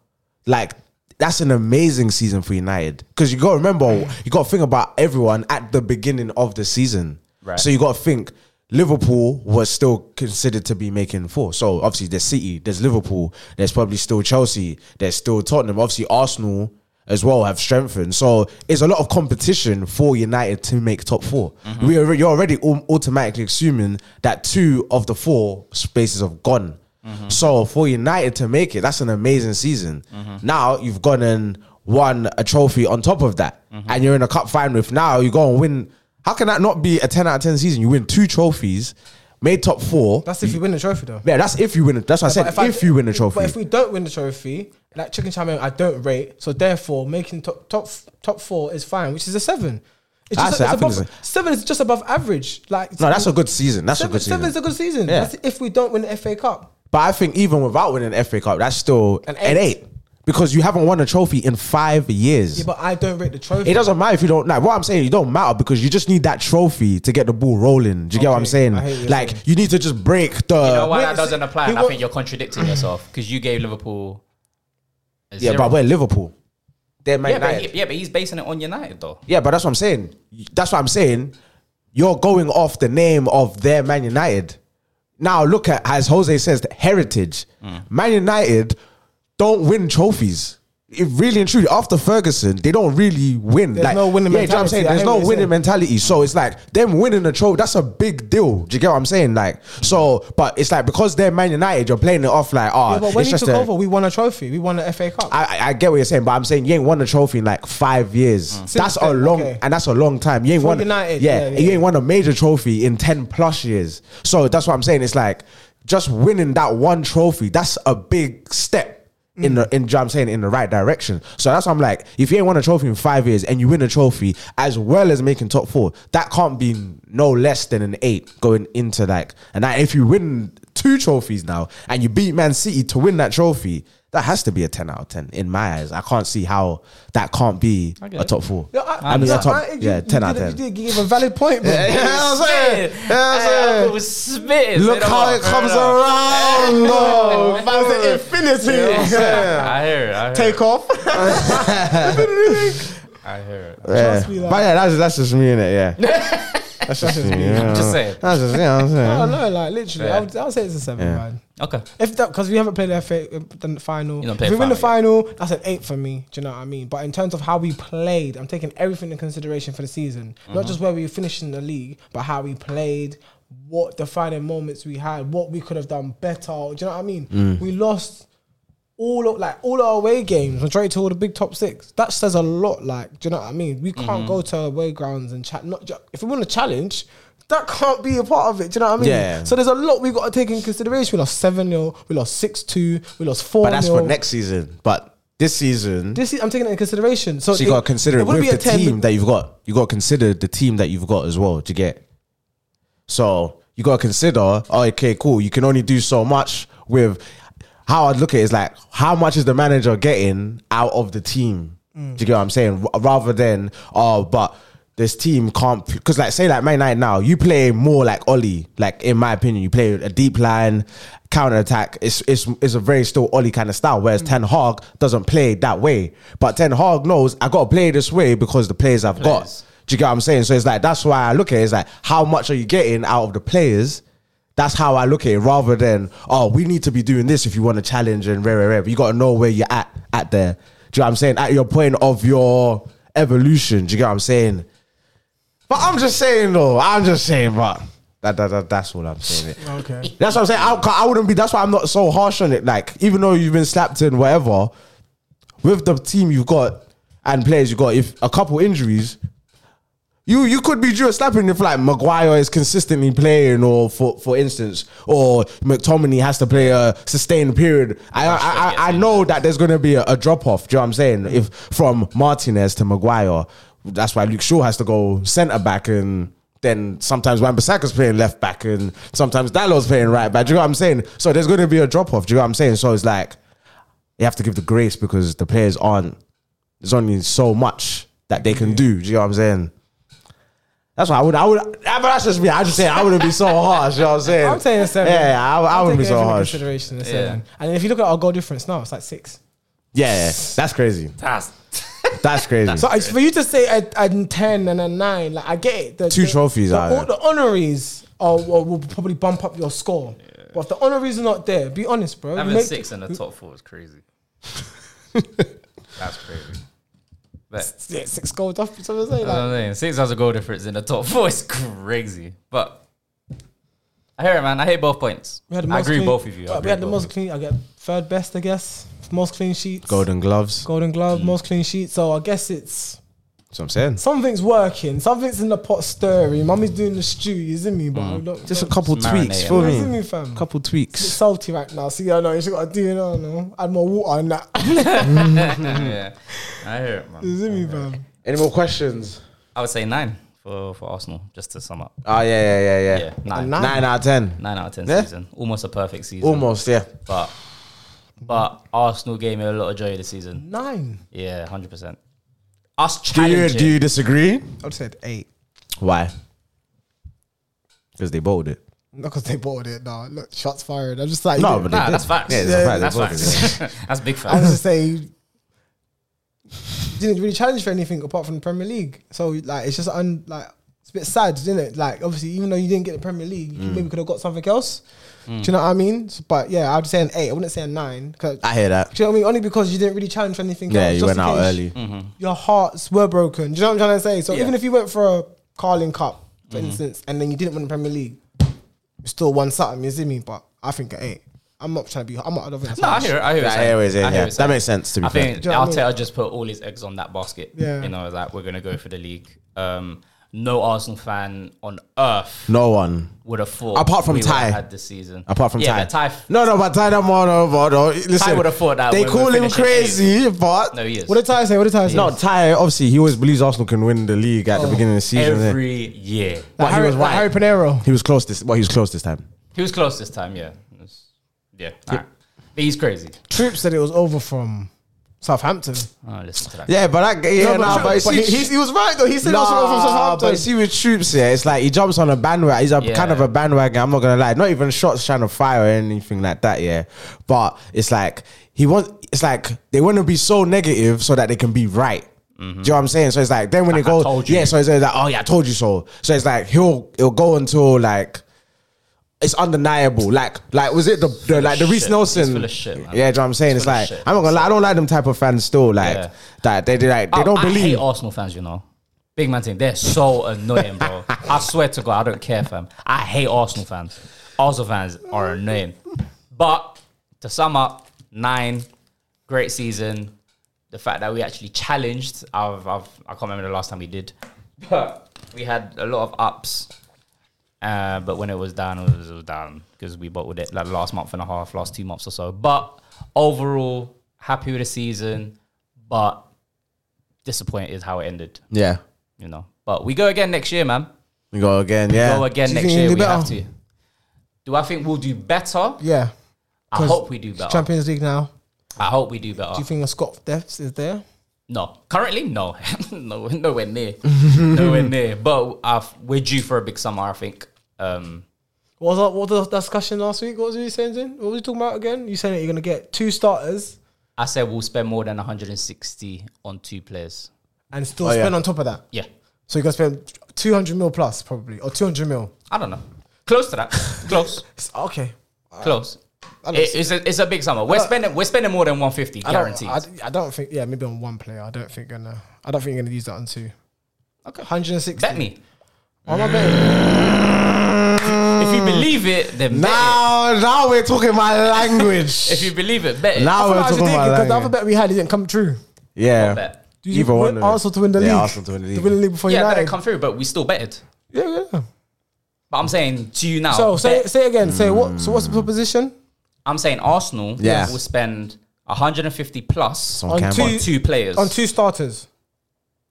like that's an amazing season for United because you got to remember you got to think about everyone at the beginning of the season.
Right.
So you got to think Liverpool was still considered to be making four. So obviously there's City, there's Liverpool, there's probably still Chelsea, there's still Tottenham. Obviously Arsenal as well have strengthened. So it's a lot of competition for United to make top 4 We are, you're already au- automatically assuming that two of the four spaces have gone. So for United to make it, that's an amazing season. Now you've gone and won a trophy on top of that, and you're in a cup final. If now you go and win, how can that not be a ten out of ten season? You win two trophies, made top four.
That's if you win the trophy, though.
yeah, that's if you win. it. That's what I said. If,
But
you win the
if-
trophy,
But if we don't win the trophy, like chicken champion, I don't rate. So therefore, making top top top four is fine, which is a seven. It's
I
just,
say- I
it's
think
above,
it's
seven is just above average. Like
no, that's a good season. That's
seven,
a good season.
seven is a good season.
Yeah.
That's if we don't win the FA Cup.
But I think even without winning the FA Cup, that's still
An
an
eight.
eight. because you haven't won a trophy in five years.
Yeah, but I don't rate the trophy.
it doesn't matter if you don't. Like what I'm saying, you don't matter because you just need that trophy to get the ball rolling. Do you get what
Okay,
I'm saying?
I hear what you're
Like
saying.
you need to just break the.
You know why
wait,
that doesn't
see,
apply?
he
And I
wa-
think you're contradicting yourself because you gave Liverpool. A
yeah,
zero.
but we're Liverpool. They're Man
yeah, but
United.
he- yeah, but he's basing it on United though.
Yeah, but that's what I'm saying. That's what I'm saying. You're going off the name of their Man United. Now look at as Jose says, the heritage. Man United don't win trophies. It really and truly, after Ferguson, they don't really win.
There's
like,
no winning
Yeah, do you know what I'm saying?
mentality. I
There's
hear
no
what you're
winning
saying.
mentality. So it's like them winning a trophy, that's a big deal. Do you get what I'm saying? Like, so, but it's like because they're Man United, you're playing it off like, oh,
Yeah, but when
it's
he
just
took
a-
over, we won a trophy. We won the FA Cup.
I, I- I get what you're saying, but I'm saying you ain't won a trophy in like five years. That's
Mm.
a
then,
long
okay.
and that's a long time. You ain't
For
won
United,
Yeah,
yeah,
you
yeah.
ain't won a major trophy in ten plus years. So that's what I'm saying. It's like just winning that one trophy. That's a big step in the in. do you know what I'm saying in the right direction. So that's what I'm like. If you ain't won a trophy in five years and you win a trophy as well as making top four, that can't be no less than an eight going into like. And that if you win two trophies now and you beat Man City to win that trophy. That has to be a ten out of ten in my eyes. I can't see how that can't be
Okay.
a top four.
Yeah,
I mean,
yeah,
a top,
you-
yeah,
you
10 out of
did-
10.
You did give a valid point, bro.
Yeah, I'm saying.
Spitting.
Yeah, I'm saying.
I was spitting.
Look how it comes around. No,
Man's an infinity.
I hear it. I hear
Take off.
it. I hear it.
yeah.
Trust
But
me, like-
yeah, that's, that's just me in it. Yeah, that's just me. Yeah.
I'm just saying.
That's just yeah.
Oh,
I'm
I don't
saying.
know, like literally, I, would, I would say it's a seven,
Yeah.
man.
Okay.
If that because we haven't played the FA uh, the final,
You don't
if
play
we win the
final,
final, that's an eight for me. Do you know what I mean? But in terms of how we played, I'm taking everything in consideration for the season,
Mm-hmm.
not just where we finished in the league, but how we played, what defining moments we had, what we could have done better. Do you know what I mean?
Mm.
We lost all of, like all our away games, majority to all the big top six. That says a lot. Like, do you know what I mean? We can't
Mm-hmm.
go to away grounds and chat. Not ju- if we want to challenge, that can't be a part of it. Do you know what I mean?
Yeah.
So there's a lot we've got to take in consideration. We lost seven 0 we lost six two, we lost four.
But that's for next season. But this season,
This is, I'm taking it in consideration. So,
so you
they-
got to consider
it
it
wouldn't
with
be a
the
10,
team that you've got. You got to consider the team that you've got as well. Do you get? So you got to consider. oh, okay, cool. You can only do so much with. How I'd look at it is like, how much is the manager getting out of the team? Do you get what I'm saying? R- rather than, oh, but this team can't because like say like Man United now, you play more like Oli. Like in my opinion, you play a deep line counter attack. It's it's it's a very still Oli kind of style. Whereas Ten Hag doesn't play that way. But Ten Hag knows I got to play this way because the players I've
Players.
got. Do you get what I'm saying? So it's like that's why I look at it, it's like how much are you getting out of the players? That's how I look at it, rather than oh, we need to be doing this if you want to challenge and rare, rare, rare. But you got to know where you're at at there. Do you know what I'm saying? At your point of your evolution. Do you get what I'm saying? But I'm just saying though. I'm just saying, but that, that, that that's all I'm saying.
Okay.
That's what I'm saying. I, I wouldn't be. That's why I'm not so harsh on it. Like, even though you've been slapped in whatever, with the team you've got and players you got, if a couple injuries, you you could be due a slapping if like Maguire is consistently playing, or for for instance, or McTominay has to play a sustained period. I I, I, I know that there's going to be a, a drop off. Do you know what I'm saying? If from Martinez to Maguire, that's why Luke Shaw has to go centre back and. Then sometimes Wan Bissaka's playing left back and sometimes Dalot's playing right back. Do you know what I'm saying? So there's going to be a drop off. Do you know what I'm saying? So it's like you have to give the grace because the players aren't. There's only so much that they can do. Do you know what I'm saying? That's why I would. I would. ah, But that's just me. I just say I wouldn't be so harsh. You know what I'm saying?
I'm saying seven.
Yeah, yeah, I, I
I'm
wouldn't be
taking everything
so
in
harsh. Yeah,
Consideration, a seven. And then if you look at our goal difference now, it's like six.
yeah, that's crazy.
That's
That's crazy.
So it's for you to say a, a ten and a nine, like I get it. The,
Two
the-
trophies
the,
out
all
there.
the honorees are, will, will probably bump up your score. But if the honorees are not there, be honest, bro. You
Having
make-
six in the top four is crazy. That's crazy. But
yeah, six gold off. So I'm saying,
that's
like,
what I'm saying. Six has a goal difference in the top four is crazy. But I hear it, man. I hear both points.
we had the
Uh, I
most
agree
clean,
both of you. I
We
agree
had the
both
most
of
clean. I get third best, I guess. Most clean sheets.
Golden gloves.
Golden Glove,
Mm.
most clean sheets. So I guess it's
That's what I'm saying.
something's working. Something's in the pot stirring. Mummy's doing the stew. You see me, bro?
Mm.
Look,
Just a
look,
couple
Just
tweaks
marinate
for
you see
me.
me, fam?
Couple
It's
tweaks.
salty right now. See, I know you just gotta do it. I don't know. Add more water and that.
you. yeah, I hear it, man.
you see me, fam?
Any more questions?
I would say nine for, for Arsenal, just to sum up.
Oh yeah, yeah, yeah, yeah.
Yeah,
nine.
nine. Nine,
Nine out of ten.
out of ten
Yeah.
season. Almost a perfect season.
Almost, yeah.
But but Arsenal gave me a lot of joy this season.
Nine.
Yeah, hundred percent. Us
Do you
challenging.
do you disagree?
I would said eight.
Why? Because they bowled it.
Not because they bought it. No, look, shots fired. I'm just like,
No,
yeah,
but they
Nah,
did.
that's facts.
Yeah, it's a
Yeah,
fact, they
That's
bowled it.
facts. that's big
I was
facts.
just say, didn't really challenge for anything apart from the Premier League. So like, it's just un like it's a bit sad, isn't it? Like obviously, even though you didn't get the Premier League, you
Mm.
maybe could have got something else. Do you know what I mean? S- But yeah, I'd say an eight. I wouldn't say a nine. 'cause-
I hear that.
do you know what I mean? Only because you didn't really challenge for anything.
Yeah,
else,
you
just
went
in
out
case
early.
Your hearts were broken. Do you know what I'm trying to say? So
Yeah.
even if you went for a Carling Cup, for instance, and then you didn't win the Premier League, you still won something. You see me? But I think an eight. I'm not trying to be. I'm not. I don't think that's
No, I
harsh.
hear it. I hear it.
Yeah, I hear what you're saying,
I hear
yeah.
what you're saying.
That makes sense, to be
I
fair.
think
Do you know what I
Arteta just put all his eggs on that basket.
Yeah.
you know, like we're gonna go for the league. Um, no Arsenal fan on earth
No one.
would have thought.
Apart from
we would have
Ty.
had this season.
Apart from
yeah,
Ty.
but Ty. f-
No, no, but Ty that one over. though. Listen,
would've thought that
They
when
call
we're
him
finishing
crazy, but
No, he is.
What did Ty say? What did Ty say?
no, Ty. Obviously, he always believes Arsenal can win the league at the beginning of the season. innit?
Oh, Every year,
but
Harry,
he was
like
right.
Harry Panero.
he was close this. Well, he was close this time.
he was close this time. Yeah, It was- yeah. all right. But he's crazy.
Troop said it was over from Southampton.
Oh, listen to that.
Yeah, but I, yeah,
No, but
nah,
Troop-
but,
but
you
he-
see,
he- he was right though. He said it was over from
Nah,
Southampton.
but see with troops, yeah, it's like he jumps on a bandwagon. He's a
Yeah.
kind of a bandwagon. I'm not gonna lie, not even shots trying to fire or anything like that, yeah. But it's like he wants. It's like they want to be so negative so that they can be right. Do you know what I'm saying? So it's like then when it
I
goes,
told you.
yeah. So it's like, oh yeah, I told you so. So it's like he'll he'll go until like. It's undeniable. Like, like was it the, the
of
like the Reese
shit.
Nelson?
He's full of shit, man.
Yeah, do you know what I'm saying?
He's
it's
full of
like
shit.
I'm not gonna lie. I don't like them type of fans. Still, like
Yeah. Oh,
that they they like they
I-
don't
I
believe.
hate Arsenal fans, you know. Big man team, they're so annoying, bro. I swear to God, I don't care, fam. I hate Arsenal fans. Arsenal fans are annoying. But to sum up, nine, great season. The fact that we actually challenged, I've, I've, I can't remember the last time we did, but we had a lot of ups. Uh, but when it was down, it was, it was down because we bottled it like last month and a half, last two months or so. But overall, happy with the season, but disappointed is how it ended,
yeah,
you know. But we go again next year, man.
We go again, yeah.
Go again
Do you
next
think you'll
year.
do
We have
better?
to. Do I think we'll do better?
yeah,
I
'Cause
hope we do better.
Champions League now.
I hope we do better.
Do you think a Scott Deaths is there?
no, currently, no, no, nowhere near, nowhere near. But I've, we're due for a big summer, I think. Um,
What was, that, what was the discussion last week? What was you saying? Jin? What were you talking about again? You said that you're gonna get two starters
I said we'll spend more than 160 on two players.
and still
Oh, yeah.
spend on top of that.
Yeah,
So you're gonna spend 200 mil plus probably or 200 mil.
I don't know. Close to that. Close.
It's, okay,
Close.
don't Uh,
It- it's, a, it's a big summer. We're spending we're spending more than 150,
I don't,
guaranteed.
I, I don't think. Yeah, maybe on one player. I don't think gonna. I don't think you're gonna use that on two. Okay, 160.
Bet me.
Why am I betting?
If you
Mm.
believe it, then bet it.
Now, now we're talking my
If
language.
you believe it, bet it.
now
I
we're
was
talking
thinking
my
because the other
language.
bet we had it didn't come true.
Yeah.
bet.
You
Either
went
one. innit?
Arsenal to win the
yeah,
league.
Arsenal to win the
To
league.
win the league before
yeah, that
United.
didn't come through, but we still betted.
Yeah, yeah.
But I'm saying to you now.
So say
bet-
say again. Say what? So
Hmm.
what's the proposition?
I'm saying Arsenal
Yeah.
will spend 150 plus
On
On
camera.
on
two-
two players.
On two starters.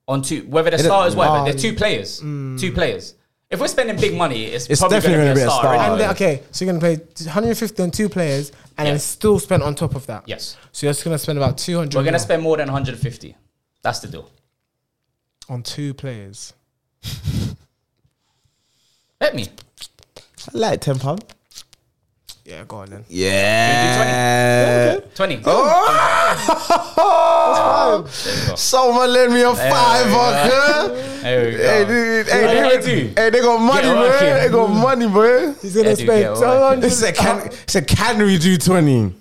on two whether they're starters,
Oh,
whatever. They're two players.
Hmm.
Two players. If we're spending big money, it's,
It's
probably
definitely
going to be a
gonna
star.
be a
already.
star.
And then, okay, so you're gonna play 150 on two players, and
Yeah.
then still spend on top of that.
Yes.
So you're just gonna spend about 200.
We're going to
mil
spend more than 150. That's the deal.
on two players.
Bet me.
I like ten pound.
Yeah, go on then.
Yeah.
20.
Oh! time. Someone lend me a fiver, cuz.
There we go.
Hey, dude, hey,
What
they,
they do?
hey, they got money,
Get
bro.
working.
They got money, bro.
He's gonna
Yeah, dude,
spend
yeah,
so
well,
long.
They said, can, said, can we do 20?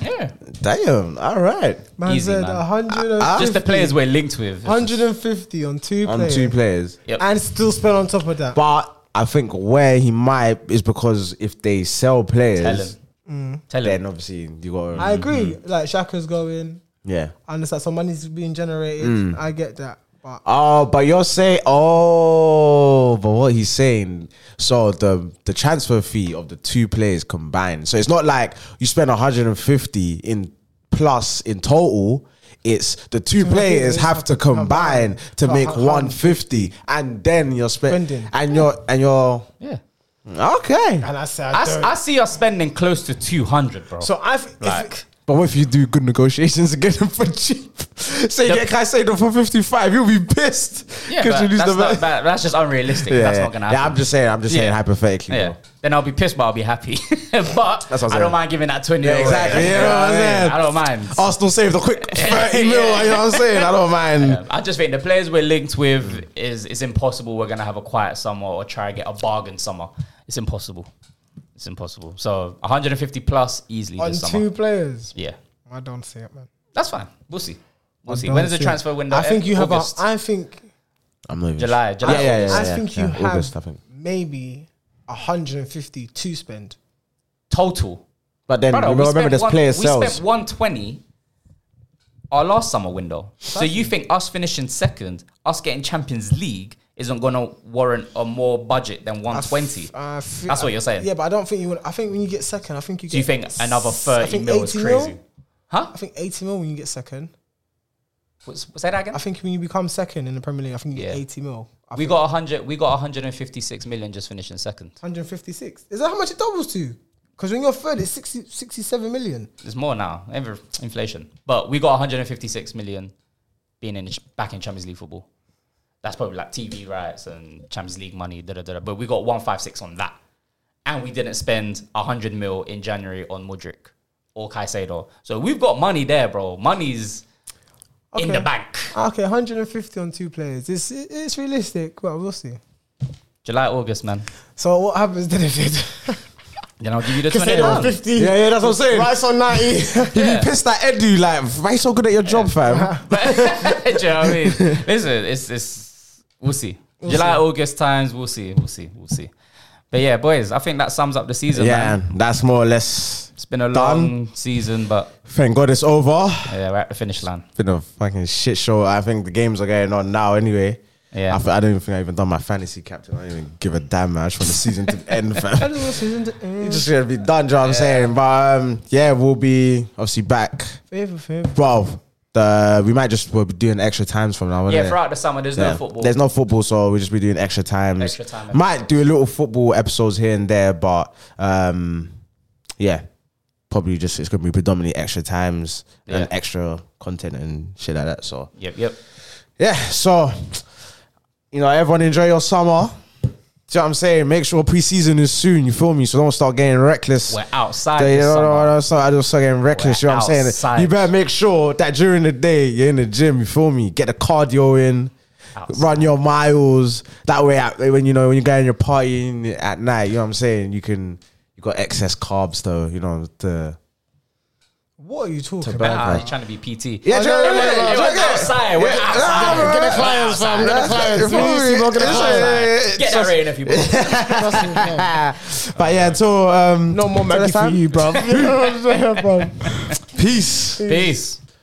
Yeah.
Damn, all right.
Man
Easy,
said
man. Ah,
150,
Just the players we're linked with.
150 on two
On
players,
two players.
Yep.
and still spend on top of that.
But I think where he might is because if they sell
Tell
players,
him.
Hmm.
Tell him.
then obviously you got
I agree. Like Shaka's going,
Yeah.
and it's like some money's being generated.
Hmm.
I get that, but
Oh, but you're saying oh, but what he's saying, so the the transfer fee of the two players combined. So it's not like you spend 150 in plus in total. It's the two players have to combine to make 150, and then you're spending,
Spending.
and you're and you're
Yeah.
okay.
and I said,
I,
I
s-
don't.
I see us spending close to 200, bro.
so I've
Like-
But what if you do good negotiations and get them for cheap? Say
Yep.
yeah, can I say them for 55? You'll be pissed
yeah,
because you
but
lose
that's,
the
not,
value.
that, that's just unrealistic.
Yeah,
that's
yeah.
not going to
Yeah, I'm
happen.
just saying. I'm just saying
Yeah.
hypothetically.
Yeah.
bro.
Then I'll be pissed, but I'll be happy. but
That's what I'm
I
saying.
don't mind giving that 20
Yeah, Oh.
away.
exactly. You know what I'm
I mean?
saying?
I don't mind.
Arsenal saved a quick 30 mil.
Yeah.
You know what I'm saying? I don't mind.
Um, I just think the players we're linked with is it's impossible. We're gonna have a quiet summer or try and get a bargain summer. It's impossible. It's impossible. So 150 plus easily
on
this summer.
two players.
yeah,
I don't see it, man.
that's fine. We'll see. We'll see.
don't
When is the
see it.
transfer window?
I think you have. A,
August.
I think
I'm not even
July, July,
Yeah, yeah, yeah.
I think you
yeah,
have
August, I think.
maybe 150 to spend.
total.
But then
Brother, we
remember,
spent
there's
one-
player
We
sales.
spent 120 our last summer window. So you think us finishing second, us getting Champions League, isn't gonna warrant a more budget than 120?
I f-
That's what you're saying.
Yeah, but I don't think you. Would, I think when you get second, I think you.
Do you
get
think another
s-
30
I think
mil is
80
crazy? Huh?
I think 80 mil when you get second.
What's- Say that again.
I think when you become second in the Premier League, I think you get
Yeah.
80 mil. I
We
think
got 100. We got 156 million just finishing second.
156. Is that how much it doubles to? Because when you're third, it's 60, 67 million.
There's more now. Every inflation, but we got 156 million being in the, ch- back in Champions League football. That's probably like TV rights and Champions League money. Da, da, da, da. But we got 156 on that, and we didn't spend 100 mil in January on Mudrik or Caicedo. So we've got money there, bro. Money's in the
Okay.
bank.
Ah, Okay, 150 on two players. It's it- it's realistic. Well, we'll see.
July, August, man.
So what happens then if it?
Then I'll give you the 20.
Cancelo
round.
50.
Yeah, yeah, that's what I'm saying.
Rice on 90.
You pissed at Edu, like, why you so good at your job, fam?
Do you know what I mean? Listen, it's it's we'll see. July, August times, we'll see, we'll see, we'll see. But yeah, boys, I think that sums up the season.
yeah,
man.
that's more or less.
it's been a long season, but
Thank God it's over.
yeah, we're at the finish line.
Been a fucking shit show. I think the games are going on now anyway.
Yeah.
I, f- I don't even think I even done my fantasy captain. I don't even give a damn, man. I just want the season to end, fam. It's just gonna be done, do you know what I'm saying? But um, yeah, we'll be obviously back.
Favor, favor.
Well, the we might just we'll be doing extra times from now. on,
Yeah,
innit?
throughout the summer, there's
Yeah.
no football.
There's no football, so we'll just be doing extra times.
Extra time
might do a little football episodes here and there, but um, yeah, probably just it's gonna be predominantly extra times and
Yeah.
extra content and shit like that. So
Yep, yep.
yeah, so you know, everyone enjoy your summer. Do you know what I'm saying? Make sure preseason is soon. You feel me? So don't start getting reckless.
We're outside.
Yeah, you
this
know,
summer.
what I'm saying? I just start getting reckless.
We're
you know what I'm
outside.
saying? You better make sure that during the day you're in the gym. You feel me? Get the cardio in,
Outside.
run your miles. That way, at, when you know when you're going your partying at night, you know what I'm saying? You can. You got excess carbs though. You know the.
What are you talking
burn.
about?
Ah,
Right.
he's trying to be PT.
Yeah, do you know what I'm saying?
We're
Do you know what I'm saying?
outside. We're outside.
Nah,
clients,
bro.
fam.
You feel me? Listen,
Get that rain if you want.
But yeah, so um,
No more
till
money
next
for
time,
you, bro.
Peace.
Peace.